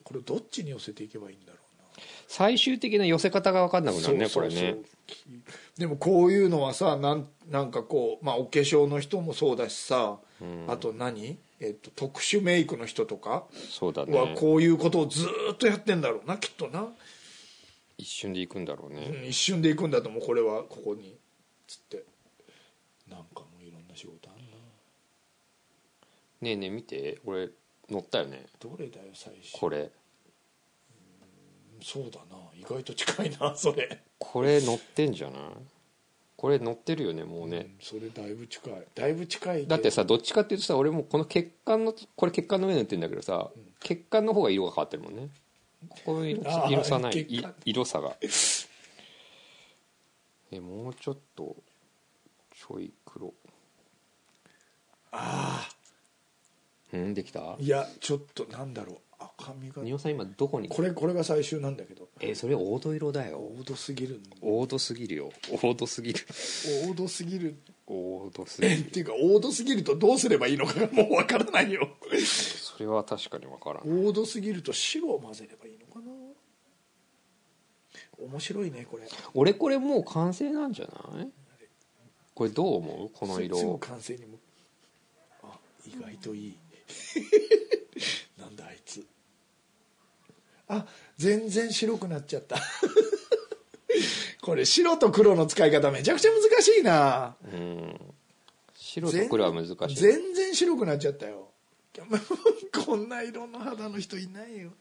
Speaker 2: これどっちに寄せていけばいいんだろ
Speaker 1: 最終的な寄せ方が分かんな
Speaker 2: う
Speaker 1: く
Speaker 2: な
Speaker 1: なるね
Speaker 2: そうそう
Speaker 1: こ
Speaker 2: そう
Speaker 1: れね
Speaker 2: でもこういうのはさなんなんかこう、まあ、お化粧の人もそうだしさ、あと何、えっと、特殊メイクの人とか
Speaker 1: そうだ
Speaker 2: は
Speaker 1: ね
Speaker 2: こういうことをずーっとやってんだろうなきっとな、
Speaker 1: 一瞬でいくんだろうね、
Speaker 2: うん一瞬で行くんだと思うこれはここにつってなんかもういろんな仕事あんな
Speaker 1: ねえねえ見て俺乗ったよね
Speaker 2: どれだよ最初
Speaker 1: これ
Speaker 2: そうだな意外と近いな [laughs] それ
Speaker 1: これ乗ってんじゃないこれ乗ってるよねもう
Speaker 2: う
Speaker 1: ね
Speaker 2: ん、それだいぶ近いだいぶ近いけど
Speaker 1: だってさどっちかっていうとさ俺もこの血管のこれ血管の上に塗ってるんだけどさ、血管の方が色が変わってるもんねここの色
Speaker 2: あー
Speaker 1: 色差ない
Speaker 2: 血
Speaker 1: い
Speaker 2: 管
Speaker 1: 色差が [laughs] えもうちょっとちょい黒
Speaker 2: あ
Speaker 1: うんできた
Speaker 2: あいやちょっとなんだろう赤みが
Speaker 1: 仁尾さん今どこに
Speaker 2: これこれが最終なんだけど
Speaker 1: えそれ黄土色だよ
Speaker 2: 王道すぎるん
Speaker 1: 黄土すぎるよ黄土すぎる
Speaker 2: 王道すぎる
Speaker 1: 黄土すぎ
Speaker 2: えっ
Speaker 1: る
Speaker 2: ていうか王道すぎるとどうすればいいの [laughs] かがもうわからないよ
Speaker 1: それは確かにわからん
Speaker 2: 王道すぎると白を混ぜればいいのかな面白いねこれ
Speaker 1: 俺これもう完成なんじゃないこれどう思うこの
Speaker 2: すすぐ
Speaker 1: 色
Speaker 2: 完成にもあ意外といい [laughs] なんだあいつあ全然白くなっちゃった [laughs] これ白と黒の使い方めちゃくちゃ難しいな
Speaker 1: うん白と黒は難しい
Speaker 2: 全然白くなっちゃったよ [laughs] こんな色の肌の人いないよ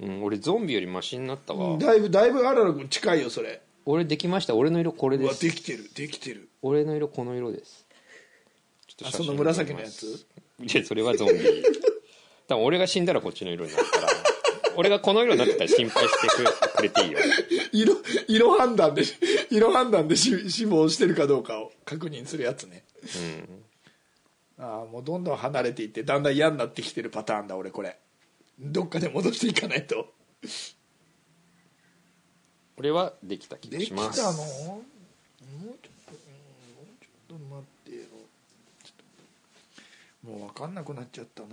Speaker 1: うん、俺ゾンビよりマシになったわ、
Speaker 2: だいぶだいぶあらら君近いよそれ
Speaker 1: 俺できました俺の色これ
Speaker 2: う
Speaker 1: で
Speaker 2: わ
Speaker 1: す
Speaker 2: できてるできてる
Speaker 1: 俺の色この色ですちょっと写真
Speaker 2: あその紫のやつ
Speaker 1: 撮りますいやそれはゾンビ多分俺が死んだらこっちの色になるから
Speaker 2: [laughs]
Speaker 1: 俺がこの色になってたら心配してくくれていいよ
Speaker 2: 色色判断で [laughs] 色判断でし死亡してるかどうかを確認するやつね
Speaker 1: うん
Speaker 2: ああもうどんどん離れていってだんだん嫌になってきてるパターンだ俺これどっかで戻していかないと
Speaker 1: 俺はできた気が
Speaker 2: でき
Speaker 1: した
Speaker 2: の
Speaker 1: ま
Speaker 2: もう
Speaker 1: す
Speaker 2: ちょっとうんもうちょっと待ってよちょっともう分かんなくなっちゃったな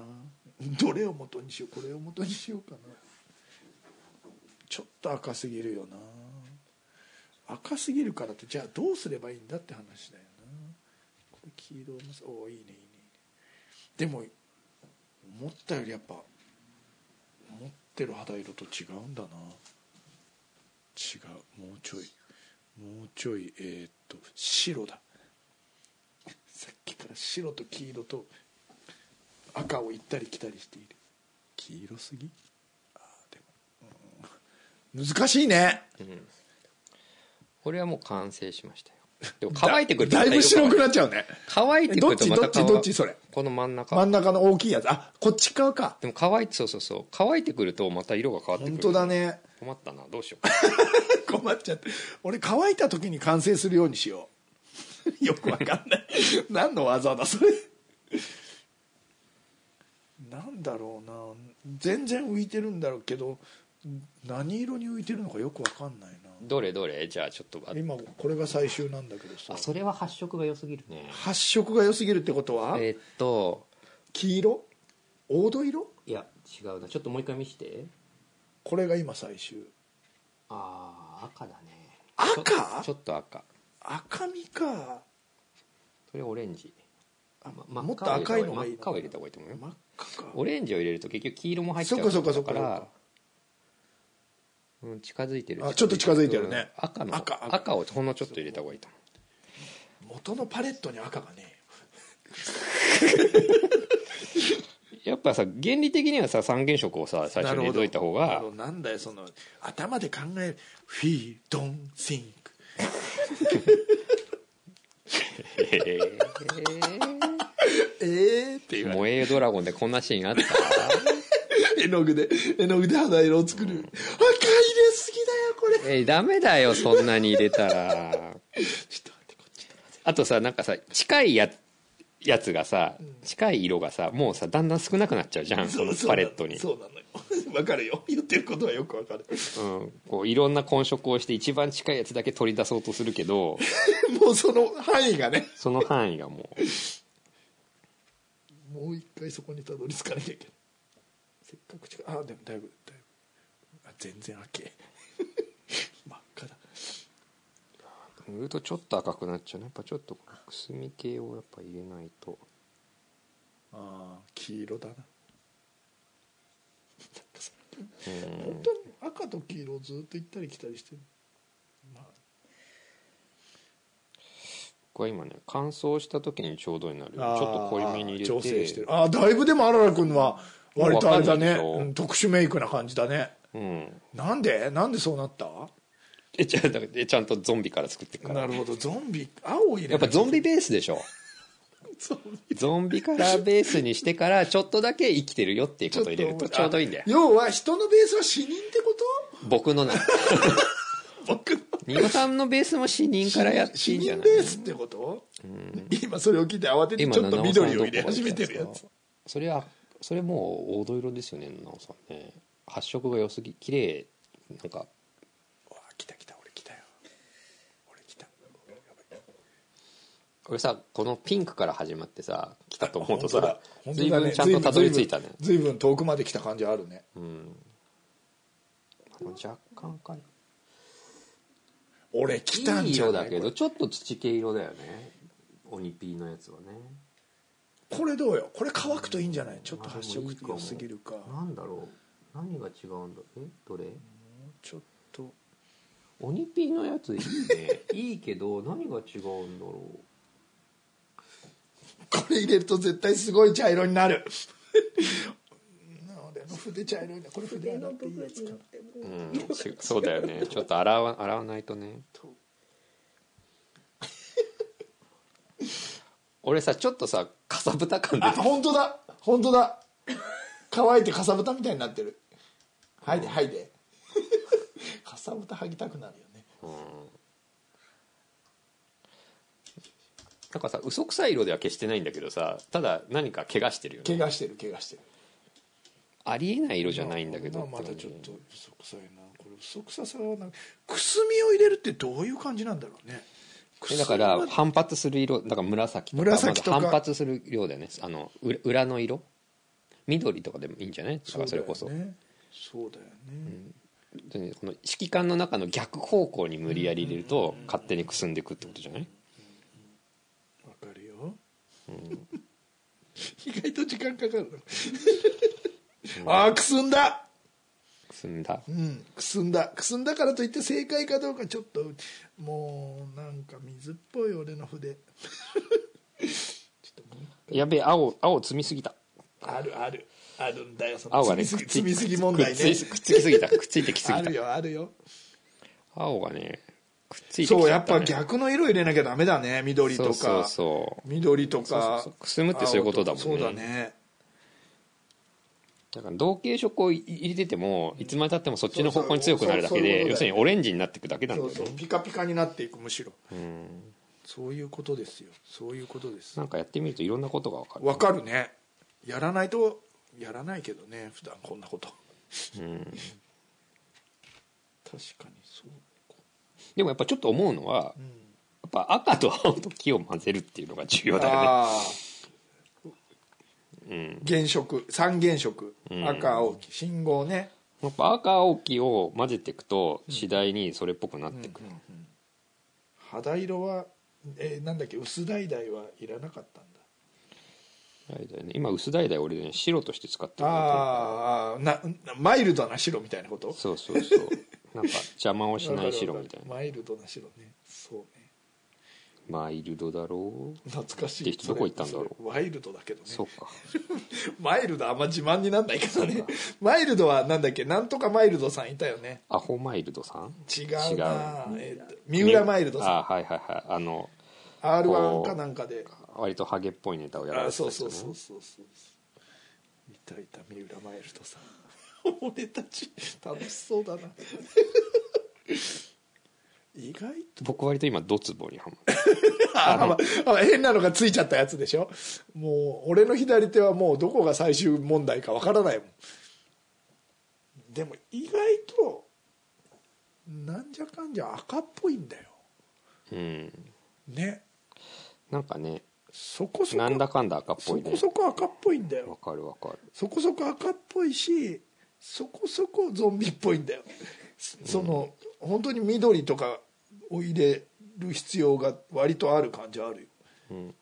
Speaker 2: どれを元にしようこれを元にしようかなちょっと赤すぎるよな赤すぎるからってじゃあどうすればいいんだって話だよなこれ黄色もさおーいいねいいねいいねでも思ったよりやっぱ持ってる肌色と違うんだな違うもうちょいもうちょいえーっと白だ [laughs] さっきから白と黄色と赤を行ったり来たりしている黄色すぎあーでもうん難しいね
Speaker 1: 俺はもう完成しま
Speaker 2: [laughs]
Speaker 1: したよでも乾いてくると
Speaker 2: だだいぶ白く
Speaker 1: な
Speaker 2: なっちゃうね
Speaker 1: 乾いてくるとまた
Speaker 2: ど
Speaker 1: 顔
Speaker 2: っちどっち
Speaker 1: が
Speaker 2: どっちそれ
Speaker 1: この真ん中
Speaker 2: 真ん中の大きいやつあこっち側か
Speaker 1: でも乾いてそうそうそう乾いてくるとまた色が変わってくる
Speaker 2: 本当だね
Speaker 1: 困ったなどうしよう
Speaker 2: 困っちゃって俺乾いた時に完成するようにしよう [laughs] よくわかんない何の技だそれなんだろうな全然浮いてるんだろうけど何色に浮いてるのかよくわかんないな
Speaker 1: [laughs] どれどれじゃあちょっとあ
Speaker 2: 今これが最終なんだけどさ
Speaker 1: あそれは発色が良すぎるね
Speaker 2: 発色が良すぎるってことは
Speaker 1: えーっと
Speaker 2: 黄色黄土色
Speaker 1: いや違うなちょっともう一回見して
Speaker 2: これが今最終
Speaker 1: ああ赤だね
Speaker 2: 赤
Speaker 1: ちょちょっと赤
Speaker 2: 赤みか
Speaker 1: それオレンジ
Speaker 2: あ
Speaker 1: ま
Speaker 2: もっと赤いのがいい
Speaker 1: 真っ赤を入れた方がいいと思うよ
Speaker 2: 真っ赤か
Speaker 1: オレンジを入れると結局黄色も入っちゃ
Speaker 2: そうっかそっかそっ
Speaker 1: か
Speaker 2: から
Speaker 1: うん、近づいてる
Speaker 2: あちょっと近づいてるね
Speaker 1: うん赤の
Speaker 2: 赤
Speaker 1: 赤
Speaker 2: 赤
Speaker 1: をほんのちょっと入れた方がいいと思
Speaker 2: 元のパレットに赤がね
Speaker 1: うやっぱさ原理的にはさ三原色をさ最初に入れといた方
Speaker 2: なる
Speaker 1: が
Speaker 2: ほどなんだよその頭で考える「We don't think
Speaker 1: へえ」 [laughs]
Speaker 2: えーって言わ
Speaker 1: 萌えドラゴンでこんなシーンあった
Speaker 2: れ絵の具で絵の具で肌色を作る、赤いですぎだよこれちょっ
Speaker 1: えーダメだよそんなに入れたら
Speaker 2: と待ってこっち
Speaker 1: あとさなんかさ近いややつがさ近い色がさもうさだんだん少なくなっちゃうじゃんそのパレットに
Speaker 2: そうなのよ [laughs] わかるよ言ってることはよくわかる
Speaker 1: うん、こういろんな混色をして一番近いやつだけ取り出そうとするけど
Speaker 2: もうその範囲がね
Speaker 1: その範囲がもう
Speaker 2: もう一回そこにたどり着かなきゃいけないせっかく近いあでもだいぶだいぶあ全然赤え [laughs] 真っ赤だ
Speaker 1: 塗るとちょっと赤くなっちゃうねやっぱちょっとくすみ系をやっぱ入れないと
Speaker 2: あー黄色だななんかさ
Speaker 1: う
Speaker 2: 本
Speaker 1: ん
Speaker 2: 当に赤と黄色をずっと行ったり来たりしてる、まあ、
Speaker 1: 僕は今ね乾燥した時にちょうどになるよ
Speaker 2: あ
Speaker 1: うに
Speaker 2: ー
Speaker 1: ちょっと濃いめに入れて
Speaker 2: 調整してるあーだいぶでもあらら君は割とあれだね
Speaker 1: わかんないでしょ
Speaker 2: うん特殊メイクな感じだね
Speaker 1: うん
Speaker 2: なんでなんでそうなった
Speaker 1: えちゃだからえちゃんとゾンビから作っていくから
Speaker 2: なるほどゾンビ青入れ
Speaker 1: やっぱゾンビベースでしょ
Speaker 2: [laughs] ゾンビ
Speaker 1: ゾンビカラーベースにしてからちょっとだけ生きてるよっていうことを入れるとちょうどいいんだよ
Speaker 2: 要は人のベースは死人ってこと
Speaker 1: 僕のな
Speaker 2: 僕の
Speaker 1: ニコさんのベースも死人からやっていい
Speaker 2: 死
Speaker 1: んじゃ
Speaker 2: 人
Speaker 1: ない
Speaker 2: ベースってこと、今それを聞いて慌ててちょっと緑を入れ始めてるやつ
Speaker 1: それはそれもう黄土色ですよねなおさんね発色が良すぎ綺麗なんか
Speaker 2: うわ来た来た俺来たよ俺来たやばい
Speaker 1: 俺さこのピンクから始まってさ来たと思うとさ
Speaker 2: 本当だ [laughs] 本当
Speaker 1: 随
Speaker 2: だ
Speaker 1: 分
Speaker 2: ね
Speaker 1: ちゃんとたどり着いたね
Speaker 2: 随分随分遠くまで来た感じあるね
Speaker 1: うん若干かな
Speaker 2: 俺来たん
Speaker 1: いい
Speaker 2: じゃ
Speaker 1: 色
Speaker 2: ない
Speaker 1: だけどちょっと土系色だよねオニピーのやつはね
Speaker 2: これどうよこれ乾くといいんじゃないちょっと
Speaker 1: あでもいいか
Speaker 2: 発色良
Speaker 1: も
Speaker 2: すぎるか
Speaker 1: なんだろう何が違うんだえどれ
Speaker 2: ちょっと
Speaker 1: オニピーのやついい
Speaker 2: [laughs]
Speaker 1: ねいいけど何が違うんだろう
Speaker 2: これ入れると絶対すごい茶色になるな俺の筆茶色になるこれ筆
Speaker 3: 筆
Speaker 2: 洗
Speaker 3: の
Speaker 2: っ
Speaker 3: 部
Speaker 2: ていい
Speaker 3: 分
Speaker 2: や
Speaker 3: に
Speaker 2: つか
Speaker 3: よ
Speaker 2: な
Speaker 3: って
Speaker 1: う
Speaker 3: も
Speaker 1: ん、しそうだよねちょっと洗わ洗わないとね
Speaker 2: と
Speaker 1: 俺さちょっとさかさぶた感
Speaker 2: あ
Speaker 1: 出て
Speaker 2: 本当だ本当だ乾いてかさぶたみたいになってるはいではいで [laughs] かさぶた剥ぎたくなるよね
Speaker 1: うんなんかさ嘘くさい色では決してないんだけどさただ何か怪我してるよ
Speaker 2: 怪
Speaker 1: ね
Speaker 2: 我してる怪我してる
Speaker 1: ありえない色じゃないんだけど
Speaker 2: まあまあまた
Speaker 1: てい
Speaker 2: ちょ
Speaker 1: う
Speaker 2: っ
Speaker 1: ね
Speaker 2: と嘘くさいなこれ嘘くささはなんかくすみを入れるってどういう感じなんだろうね
Speaker 1: えだか
Speaker 2: く
Speaker 1: ら
Speaker 2: すみは
Speaker 1: 反発する色だから紫とか
Speaker 2: 紫とか
Speaker 1: まず反発する色だよねあのう裏の色緑とかでもいいんじゃないだからそれこそ
Speaker 2: うだよねそうだよね、
Speaker 1: でこの指揮官の中の逆方向に無理やり入れると勝手にくすんでいくってことじゃない
Speaker 2: わかるよ、 [laughs] 意外と時間かかるなあーくすんだ
Speaker 1: くすんだ
Speaker 2: うんくすんだくすんだからといって正解かどうかちょっともうなんか水っぽい俺の筆ちょっともう
Speaker 1: やべえ青青積みすぎた
Speaker 2: あるあるあるんだよその
Speaker 1: 青がね
Speaker 2: 積みす
Speaker 1: くっつい
Speaker 2: ぎ積みすぎ問題ね
Speaker 1: くっついくっつきすぎたくっついてきす
Speaker 2: あ
Speaker 1: ぎた
Speaker 2: るよあるよ
Speaker 1: 青がねくっ [laughs] ついてきちゃ
Speaker 2: そうや
Speaker 1: っ
Speaker 2: ったぱ
Speaker 1: ね
Speaker 2: 逆の色入れなきゃダメだね緑とか
Speaker 1: そうそう
Speaker 2: 緑と
Speaker 1: そうそう
Speaker 2: か
Speaker 1: そうくすむってそういうことだもんね
Speaker 2: 青とかそうだね
Speaker 1: そうだから同型色を入れててもいつまでたってもそっちの方向に強くなるだけ
Speaker 2: そうそうそうそういう
Speaker 1: で
Speaker 2: ことだよね
Speaker 1: 要するにオレンジになっていくだけなんだ
Speaker 2: そ
Speaker 1: よ
Speaker 2: う
Speaker 1: ね
Speaker 2: そうピカピカになっていくむしろ
Speaker 1: うん
Speaker 2: そういうことですよそういうことです
Speaker 1: なんかやってみるといろんなことが分かる
Speaker 2: わかるねやらないとやらないけどね普段こんなこと
Speaker 1: うん
Speaker 2: 確かにそう
Speaker 1: でもやっぱちょっと思うのは
Speaker 2: う
Speaker 1: や
Speaker 2: ん
Speaker 1: っぱ赤と青と黄を混ぜるっていうのが重要だよね
Speaker 2: ああ
Speaker 1: うん
Speaker 2: 原色三原色
Speaker 1: うん
Speaker 2: 赤青黄信号ね
Speaker 1: やっぱ赤青黄を混ぜていくと次第にそれっぽくなっていく
Speaker 2: 肌色はえーなんだっけ薄橙はいらなかったんだ
Speaker 1: はいだよね今薄橙俺ね白として使ってるんだけど
Speaker 2: あーあーなマイルドな白みたいなこと
Speaker 1: そうそう
Speaker 2: [laughs]
Speaker 1: そうなんか邪魔をしない白みたいな
Speaker 2: マイルドな白ねそうね
Speaker 1: マイルドだろう
Speaker 2: 懐かし
Speaker 1: で
Speaker 2: い
Speaker 1: どこ行ったんだろう
Speaker 2: それそれワイルドだけどね
Speaker 1: そうか
Speaker 2: マイルドあんま自慢になんないからねマイルドはなんだっけなんとかマイルドさんいたよね
Speaker 1: アホマイルドさん
Speaker 2: 違うな
Speaker 1: 違う
Speaker 2: えーと三浦マイルドさ
Speaker 1: あはいはいはいあの
Speaker 2: ん r 1かなんかで
Speaker 1: 割とハゲっぽいネタをやられ
Speaker 2: あ
Speaker 1: てた
Speaker 2: そ
Speaker 1: 人
Speaker 2: う
Speaker 1: ね
Speaker 2: そうそうそうそういたいた三浦マイルドさん [laughs] 俺たち楽しそうだな [laughs] 意外と
Speaker 1: 僕割と今ドツボにハマってる
Speaker 2: [laughs] ああ、まあ、変なのがついちゃったやつでしょもう俺の左手はもうどこが最終問題かわからないもんでも意外となんじゃかんじゃ赤っぽいんだよ
Speaker 1: うん
Speaker 2: ね
Speaker 1: なんかね
Speaker 2: そこそこ
Speaker 1: なんだかんだ赤っぽ
Speaker 2: そ
Speaker 1: いね
Speaker 2: こそこ赤っぽいんだ
Speaker 1: わ
Speaker 2: よ
Speaker 1: かるわかる
Speaker 2: そこそこ赤っぽいしそこそこゾンビっぽいんだよその、本当に緑とかを入れる必要が割とある感じあるよ、
Speaker 1: ん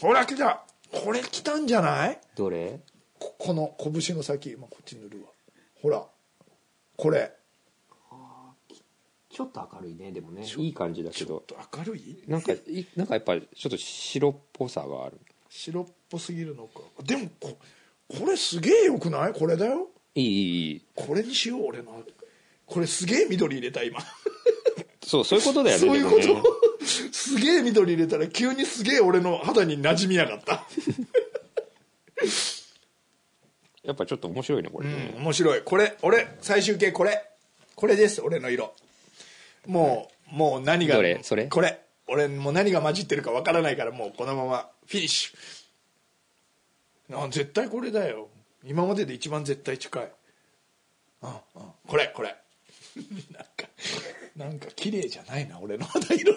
Speaker 2: ほら来たこれ来たんじゃない
Speaker 1: どれ
Speaker 2: ここの拳の先、まあ、こっち塗るわほらこれ
Speaker 1: ちょっと明るいねでもねいい感じだけ
Speaker 2: ちょっ
Speaker 1: ど
Speaker 2: と明るい
Speaker 1: なんかいなんかやっぱりちょっと白っぽさがある
Speaker 2: 白っぽすぎるのかでもここれすげえよくないこれだよ
Speaker 1: いいいいいい
Speaker 2: これにしよう俺のこれすげえ緑入れた今
Speaker 1: そうそういうことだよね
Speaker 2: そういうこ
Speaker 1: でもね
Speaker 2: と [laughs] すげえ緑入れたら急にすげえ俺の肌に馴染みやがった、
Speaker 1: やっぱちょっと面白いねこれね、
Speaker 2: 面白いこれ俺最終形これこれです俺の色もう、もう何が
Speaker 1: どれそれ
Speaker 2: これ俺もう何が混じってるかわからないからもうこのままフィニッシュあ絶対これだよ今までで一番絶対近いああこれこれ [laughs] なんかなんか綺麗じゃないな俺の肌色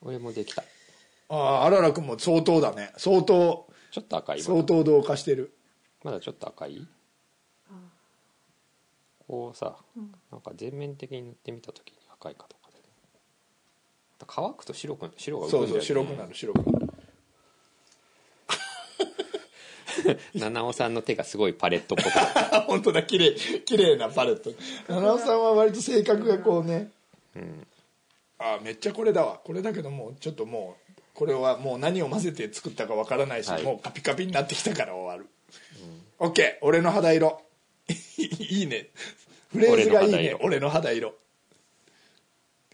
Speaker 1: 俺もできた
Speaker 2: ああ荒らくんも相当だね相当
Speaker 1: ちょっと赤いま
Speaker 2: 相
Speaker 1: だ
Speaker 2: 当同化してる
Speaker 1: まだちょっと赤いこうさ、なんか全面的に塗ってみた時に赤いかとかでね乾くと白く白が浮くんだよ、
Speaker 2: そう
Speaker 1: ね、
Speaker 2: そう白くなる白くなる
Speaker 1: 七尾さんの手がすごいパレットっぽく
Speaker 2: あ本当だ綺麗綺麗なパレット七尾さんは割と性格がこうね、あめっちゃこれだわこれだけどもうちょっともうこれはもう何を混ぜて作ったかわからないし、
Speaker 1: はい
Speaker 2: もうカピカピになってきたから終わる、オッケー俺の肌色いいねフレーズがいいね俺の肌色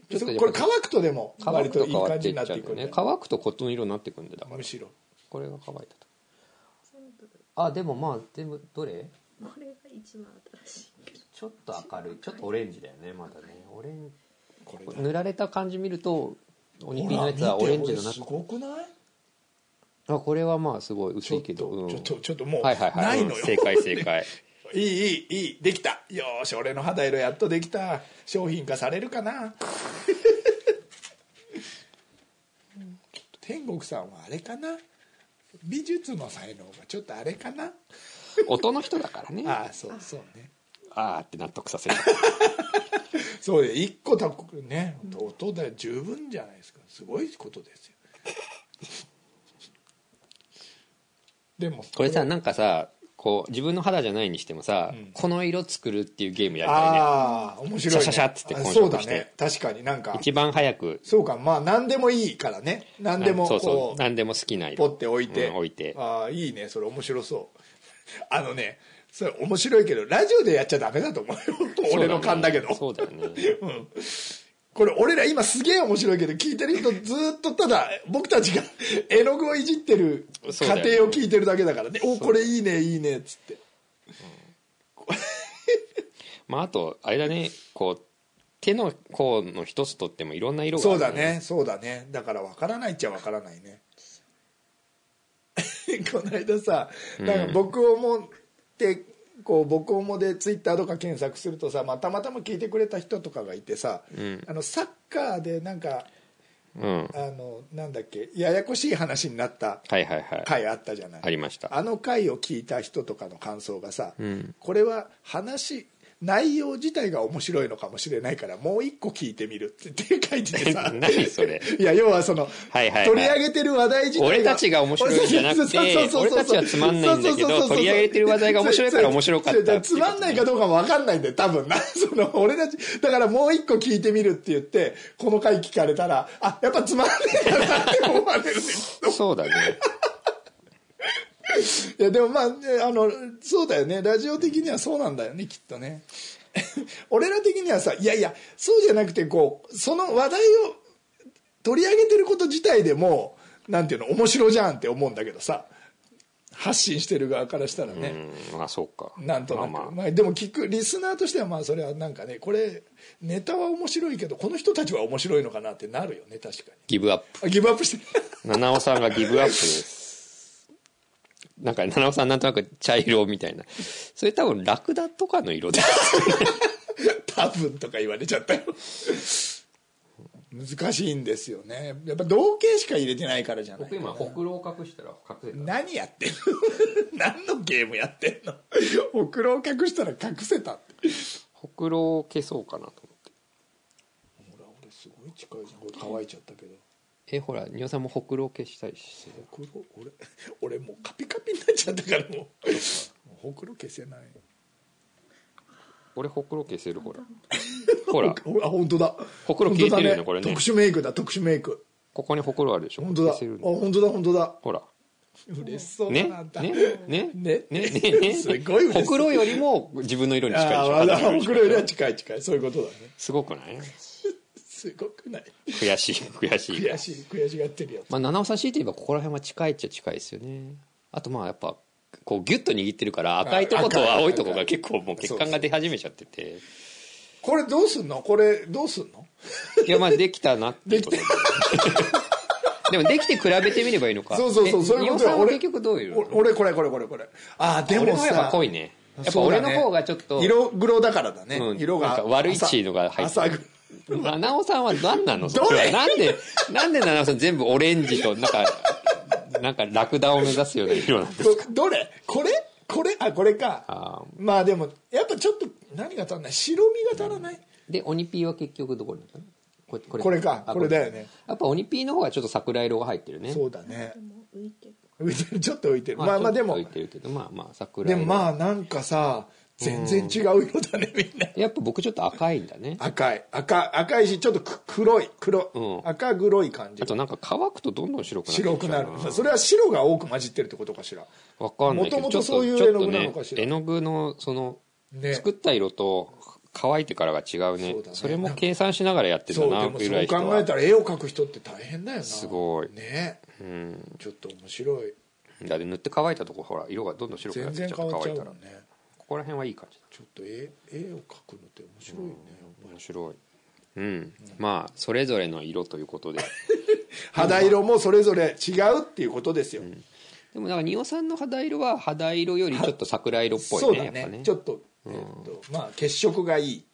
Speaker 1: ちょっとやっぱ
Speaker 2: これ乾くとでも
Speaker 1: 乾
Speaker 2: [laughs] 割
Speaker 1: く
Speaker 2: と
Speaker 1: と
Speaker 2: いい
Speaker 1: 変わ
Speaker 2: 感
Speaker 1: って
Speaker 2: じ
Speaker 1: い
Speaker 2: にな
Speaker 1: っ
Speaker 2: っ
Speaker 1: ちゃ
Speaker 2: て
Speaker 1: うん
Speaker 2: い
Speaker 1: だよ
Speaker 2: くんだよ
Speaker 1: ね乾くとこっちの色になってくんでだから
Speaker 2: むしろ
Speaker 1: これが乾いたとあでもまあ全部どれ
Speaker 3: これが一番新しいけど
Speaker 1: ちょっと明るいちょっとオレンジだよねまだねオレン
Speaker 2: これだ
Speaker 1: 塗られた感じ見るとおにぎり
Speaker 2: ほ
Speaker 1: のや
Speaker 2: ら見
Speaker 1: つ
Speaker 2: て
Speaker 1: はオレンジの
Speaker 2: 俺す
Speaker 1: 中
Speaker 2: ごくない
Speaker 1: あこれはまあすごい
Speaker 2: ち
Speaker 1: 薄
Speaker 2: ょ
Speaker 1: い
Speaker 2: っ
Speaker 1: け
Speaker 2: と、
Speaker 1: ど、うん
Speaker 2: ちょっと、ちょっともう、
Speaker 1: はいはいはい
Speaker 2: ないのよ。
Speaker 1: うん正解正 [laughs] 解
Speaker 2: [laughs] いい、いい、いい、できた。よーし、俺の肌色やっとできた。商品化されるかな。 [laughs] 天国さんはあれかな美術の才能がちょっとあれかな
Speaker 1: 音の人だからねあ
Speaker 2: ああ、そう、そうね。
Speaker 1: あーって納得させる
Speaker 2: そうで、一個たくね、音で十分じゃないですか。すごいこ
Speaker 1: [laughs]
Speaker 2: とですよ。でも、
Speaker 1: これさなんかさこう自分の肌じゃないにしてもさ、この色作るっていうゲームやりたいね
Speaker 2: ああ、面白い、
Speaker 1: シャ
Speaker 2: ね。
Speaker 1: シャシャっつって
Speaker 2: あ
Speaker 1: 混
Speaker 2: そう
Speaker 1: 色
Speaker 2: だ
Speaker 1: して
Speaker 2: ね。確かになんか。
Speaker 1: 一番早く
Speaker 2: そうか、まあ何でもいいからね。何でも
Speaker 1: そうそ
Speaker 2: こ
Speaker 1: う
Speaker 2: う、
Speaker 1: 何でも好きな
Speaker 2: ポ
Speaker 1: 色
Speaker 2: ッて置いて。
Speaker 1: うん置いて
Speaker 2: ああ、いいね、それ面白そう。 [laughs] あのね、それ面白いけど、ラジオでやっちゃダメだと思うよ。俺の勘だけど。
Speaker 1: そうだよねそうだよね
Speaker 2: うんこれ俺ら今すげえ面白いけど、聞いてる人ずーっとただ僕たちが絵の具をいじってる過
Speaker 1: そうだよね
Speaker 2: 程を聞いてるだけだからね。お、これいいね、いいね、っつって。
Speaker 1: まああとあれだねこう手の甲の一つとってもいろんな色があ
Speaker 2: そう
Speaker 1: る
Speaker 2: だねそうだねだから分からないっちゃ分からないね [laughs] この間さなんか僕をもってこう僕をもでツイッターとか検索するとさ、まあ、たまたま聞いてくれた人とかがいてさ、
Speaker 1: ん
Speaker 2: あのサッカーでなんか
Speaker 1: うん
Speaker 2: あのなんだっけややこしい話になった
Speaker 1: はいはいはい、
Speaker 2: 回あったじゃない、
Speaker 1: ありました
Speaker 2: あの回を聞いた人とかの感想がさ、
Speaker 1: ん
Speaker 2: これは話内容自体が面白いのかもしれないからもう一個聞いてみるって言って書いててさ
Speaker 1: 何それ
Speaker 2: いや要はその、
Speaker 1: はいはいはい
Speaker 2: 取り上げてる話題自体が
Speaker 1: 俺たちが面白いんじゃなくて
Speaker 2: そうそうそうそう
Speaker 1: 俺たちはつまんないんだけど
Speaker 2: そうそうそうそう
Speaker 1: 取り上げてる話題が面白いから面白かったっていうこと
Speaker 2: つまんないかどうかも分かんないんだよ多分なその俺たちだからもう一個聞いてみるって言ってこの回聞かれたらあやっぱつまんねえんだなって思われるね
Speaker 1: そう
Speaker 2: [laughs]
Speaker 1: だね
Speaker 2: いやでもまあ、ね、あのそうだよねラジオ的にはそうなんだよねきっとね [laughs] 俺ら的にはさいやいやそうじゃなくてこうその話題を取り上げてること自体でもなんていうの面白じゃんって思うんだけどさ発信してる側からしたらね、
Speaker 1: うんまあそうか
Speaker 2: なんとなく、
Speaker 1: ま
Speaker 2: ま
Speaker 1: あまあ
Speaker 2: あ、でも聞くリスナーとしてはまあそれはなんかねこれネタは面白いけどこの人たちは面白いのかなってなるよね確かに
Speaker 1: ギブアップ
Speaker 2: あギブアップして
Speaker 1: 七尾さんがギブアップですなんか七尾さんなんとなく茶色みたいなそれ多分ラクダとかの色です
Speaker 2: [laughs] 多分とか言われちゃったよ難しいんですよねやっぱ同型しか入れてないからじゃない
Speaker 1: 僕今ほくろを隠したら隠せた
Speaker 2: 何やってんの [laughs] 何のゲームやってんのほくろを隠したら隠せたって
Speaker 1: ほくろを消そうかなと思って
Speaker 2: ほら俺すごい近いじゃんこれ乾いちゃったけど
Speaker 1: えほら丹羽さんもほくろを消したいし
Speaker 2: ほくろ俺俺もうカピカピになっちゃったからもうもうほくろ消せない
Speaker 1: 俺ほくろ消せるほ
Speaker 2: [laughs]
Speaker 1: らほら
Speaker 2: ほあ本当だ
Speaker 1: ほくろ消えてるよね
Speaker 2: 本当だ
Speaker 1: これね
Speaker 2: 特殊メイクだ特殊メイク
Speaker 1: ここにほくろあるでしょ
Speaker 2: 本当だあ
Speaker 1: 消せるの
Speaker 2: 本当だ本当だ
Speaker 1: ほら
Speaker 2: 嬉しそう
Speaker 1: ね
Speaker 2: なあんた
Speaker 1: ねね
Speaker 2: ね
Speaker 1: ねねね
Speaker 2: すごい嬉しそう
Speaker 1: ほくろよりも自分の色に近いでし
Speaker 2: あ
Speaker 1: ょ
Speaker 2: あ
Speaker 1: 肌の色
Speaker 2: ほ
Speaker 1: に
Speaker 2: く
Speaker 1: 近い
Speaker 2: ろよりは近い近いそういうことだね
Speaker 1: すごくない
Speaker 2: すごくない
Speaker 1: 悔しい悔しい
Speaker 2: 悔しい悔しがってるやつ
Speaker 1: まあ、七尾さん強いて言えばここら辺は近いっちゃ近いですよねあとまあやっぱこうギュッと握ってるから赤いとこと
Speaker 2: 赤い
Speaker 1: 青いとこが結構もう血管が出始めちゃってて
Speaker 2: これどうすんのこれどうすんの
Speaker 1: いやまあできたなっていうことででもできて比べてみればいいのか
Speaker 2: [laughs] そうそうそう
Speaker 1: え
Speaker 2: そういう
Speaker 1: 丹羽
Speaker 2: ことよ
Speaker 1: さんは
Speaker 2: 俺
Speaker 1: 結局どういうの
Speaker 2: お俺これこれこれこれああで
Speaker 1: 俺の
Speaker 2: も
Speaker 1: 方が
Speaker 2: さ
Speaker 1: やっぱ濃いねやっぱ俺の方がちょっと、
Speaker 2: そうだね色黒だからだね、
Speaker 1: うん
Speaker 2: 色
Speaker 1: なん
Speaker 2: が
Speaker 1: か悪いチーのが入って
Speaker 2: 浅く
Speaker 1: 七尾さんは何なのそ
Speaker 2: ど
Speaker 1: れ
Speaker 2: れ
Speaker 1: はなんでなんで七尾さん全部オレンジとなんかなんかラクダを目指すような色なんですか
Speaker 2: [laughs] どどれこれこれあこれか
Speaker 1: あ
Speaker 2: まあでもやっぱちょっと何が足らない白身が足らない、
Speaker 1: で鬼ピーは結局どこになったのこれこ
Speaker 2: これか
Speaker 1: あ
Speaker 2: これだよね
Speaker 1: やっぱ鬼ピーの方がちょっと桜色が入ってるね
Speaker 2: そうだね
Speaker 3: でも浮いてる
Speaker 2: 浮いてるちょっと浮いてるまあまあ
Speaker 1: ち
Speaker 2: で
Speaker 1: ょっと
Speaker 2: も
Speaker 1: 浮いてるけどまあまあ桜
Speaker 2: で
Speaker 1: 色
Speaker 2: もまあなんかさ全然違う色だねみんな
Speaker 1: やっぱ僕ちょっと赤いんだね
Speaker 2: 赤い赤赤いしちょっとく黒い黒、
Speaker 1: うん
Speaker 2: 赤黒い感じ
Speaker 1: あとなんか乾くとどんどん白くなって
Speaker 2: 白
Speaker 1: きち
Speaker 2: く
Speaker 1: ゃう
Speaker 2: なるそれは白が多く混じってるってことかしら
Speaker 1: わかんないけど
Speaker 2: もともとそういう
Speaker 1: ちょっと
Speaker 2: 絵の具なのかしら
Speaker 1: ちょっとね絵の具のその、
Speaker 2: ね
Speaker 1: 作った色と乾いてからが違うね
Speaker 2: そ
Speaker 1: そう
Speaker 2: だね
Speaker 1: れも計算しながらやってる
Speaker 2: そ
Speaker 1: ん
Speaker 2: う
Speaker 1: だ
Speaker 2: で
Speaker 1: なぐ
Speaker 2: も
Speaker 1: らい人
Speaker 2: そう
Speaker 1: は
Speaker 2: 考えたら絵を描く人って大変だよなす
Speaker 1: ごい
Speaker 2: ね
Speaker 1: うん
Speaker 2: ちょっと面白い
Speaker 1: だって塗って乾いたとこほら色がどんどん白くな
Speaker 2: 全
Speaker 1: ってき
Speaker 2: 然
Speaker 1: ちゃって
Speaker 2: 変わっち
Speaker 1: 乾
Speaker 2: ゃう
Speaker 1: い
Speaker 2: も
Speaker 1: た
Speaker 2: ん
Speaker 1: ら
Speaker 2: ね
Speaker 1: ここら辺はいい感じだ
Speaker 2: ちょっと絵絵を描くのって面白いね
Speaker 1: 面白いうんまあそれぞれの色ということで
Speaker 2: 肌色もそれぞれ違うっていうことですよ、
Speaker 1: でもなんか仁王さんの肌色は肌色よりちょっと桜色っぽい
Speaker 2: そう
Speaker 1: ねや
Speaker 2: だ
Speaker 1: っ
Speaker 2: ね
Speaker 1: ぱね
Speaker 2: ちょっと、えっとまあ血色がいい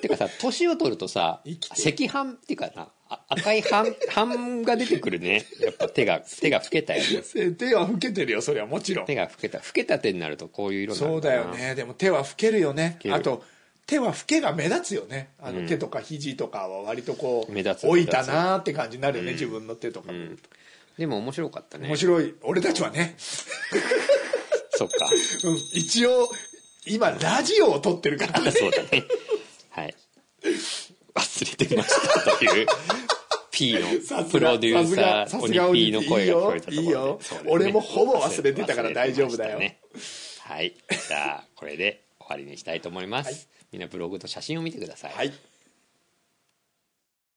Speaker 1: てかさ年を取るとさ
Speaker 2: 生き
Speaker 1: 赤斑っていうかなあ赤い斑斑が出てくるねやっぱ手が手が老けたよね
Speaker 2: 手は老けてるよそれはもちろん
Speaker 1: 手が老けた老けた手になるとこういう色になる
Speaker 2: そ
Speaker 1: ん
Speaker 2: うだ
Speaker 1: な
Speaker 2: よねでも手は老けるよね
Speaker 1: ける
Speaker 2: あと手は老けが目立つよねあの手とか肘とかは割とこう
Speaker 1: 目立つ
Speaker 2: 老いたなーって感じになるよね、自分の手とか見ると、
Speaker 1: でも面白かったね
Speaker 2: 面白い俺たちはね、
Speaker 1: そっか
Speaker 2: うん、一応今ラジオを撮ってるからね
Speaker 1: [laughs] そうだねはい忘れてましたという P
Speaker 2: さ
Speaker 1: の
Speaker 2: す
Speaker 1: プ
Speaker 2: が
Speaker 1: ロデューサ
Speaker 2: さ
Speaker 1: ー
Speaker 2: すが
Speaker 1: 鬼 P の声が聞こえたところで
Speaker 2: いいよ
Speaker 1: そうです
Speaker 2: いいよ俺もほぼ忘れてたから大丈夫だよ
Speaker 1: 忘れてましたねはいじゃあこれで終わりにしたいと思います、みんなブログと写真を見てください
Speaker 2: はい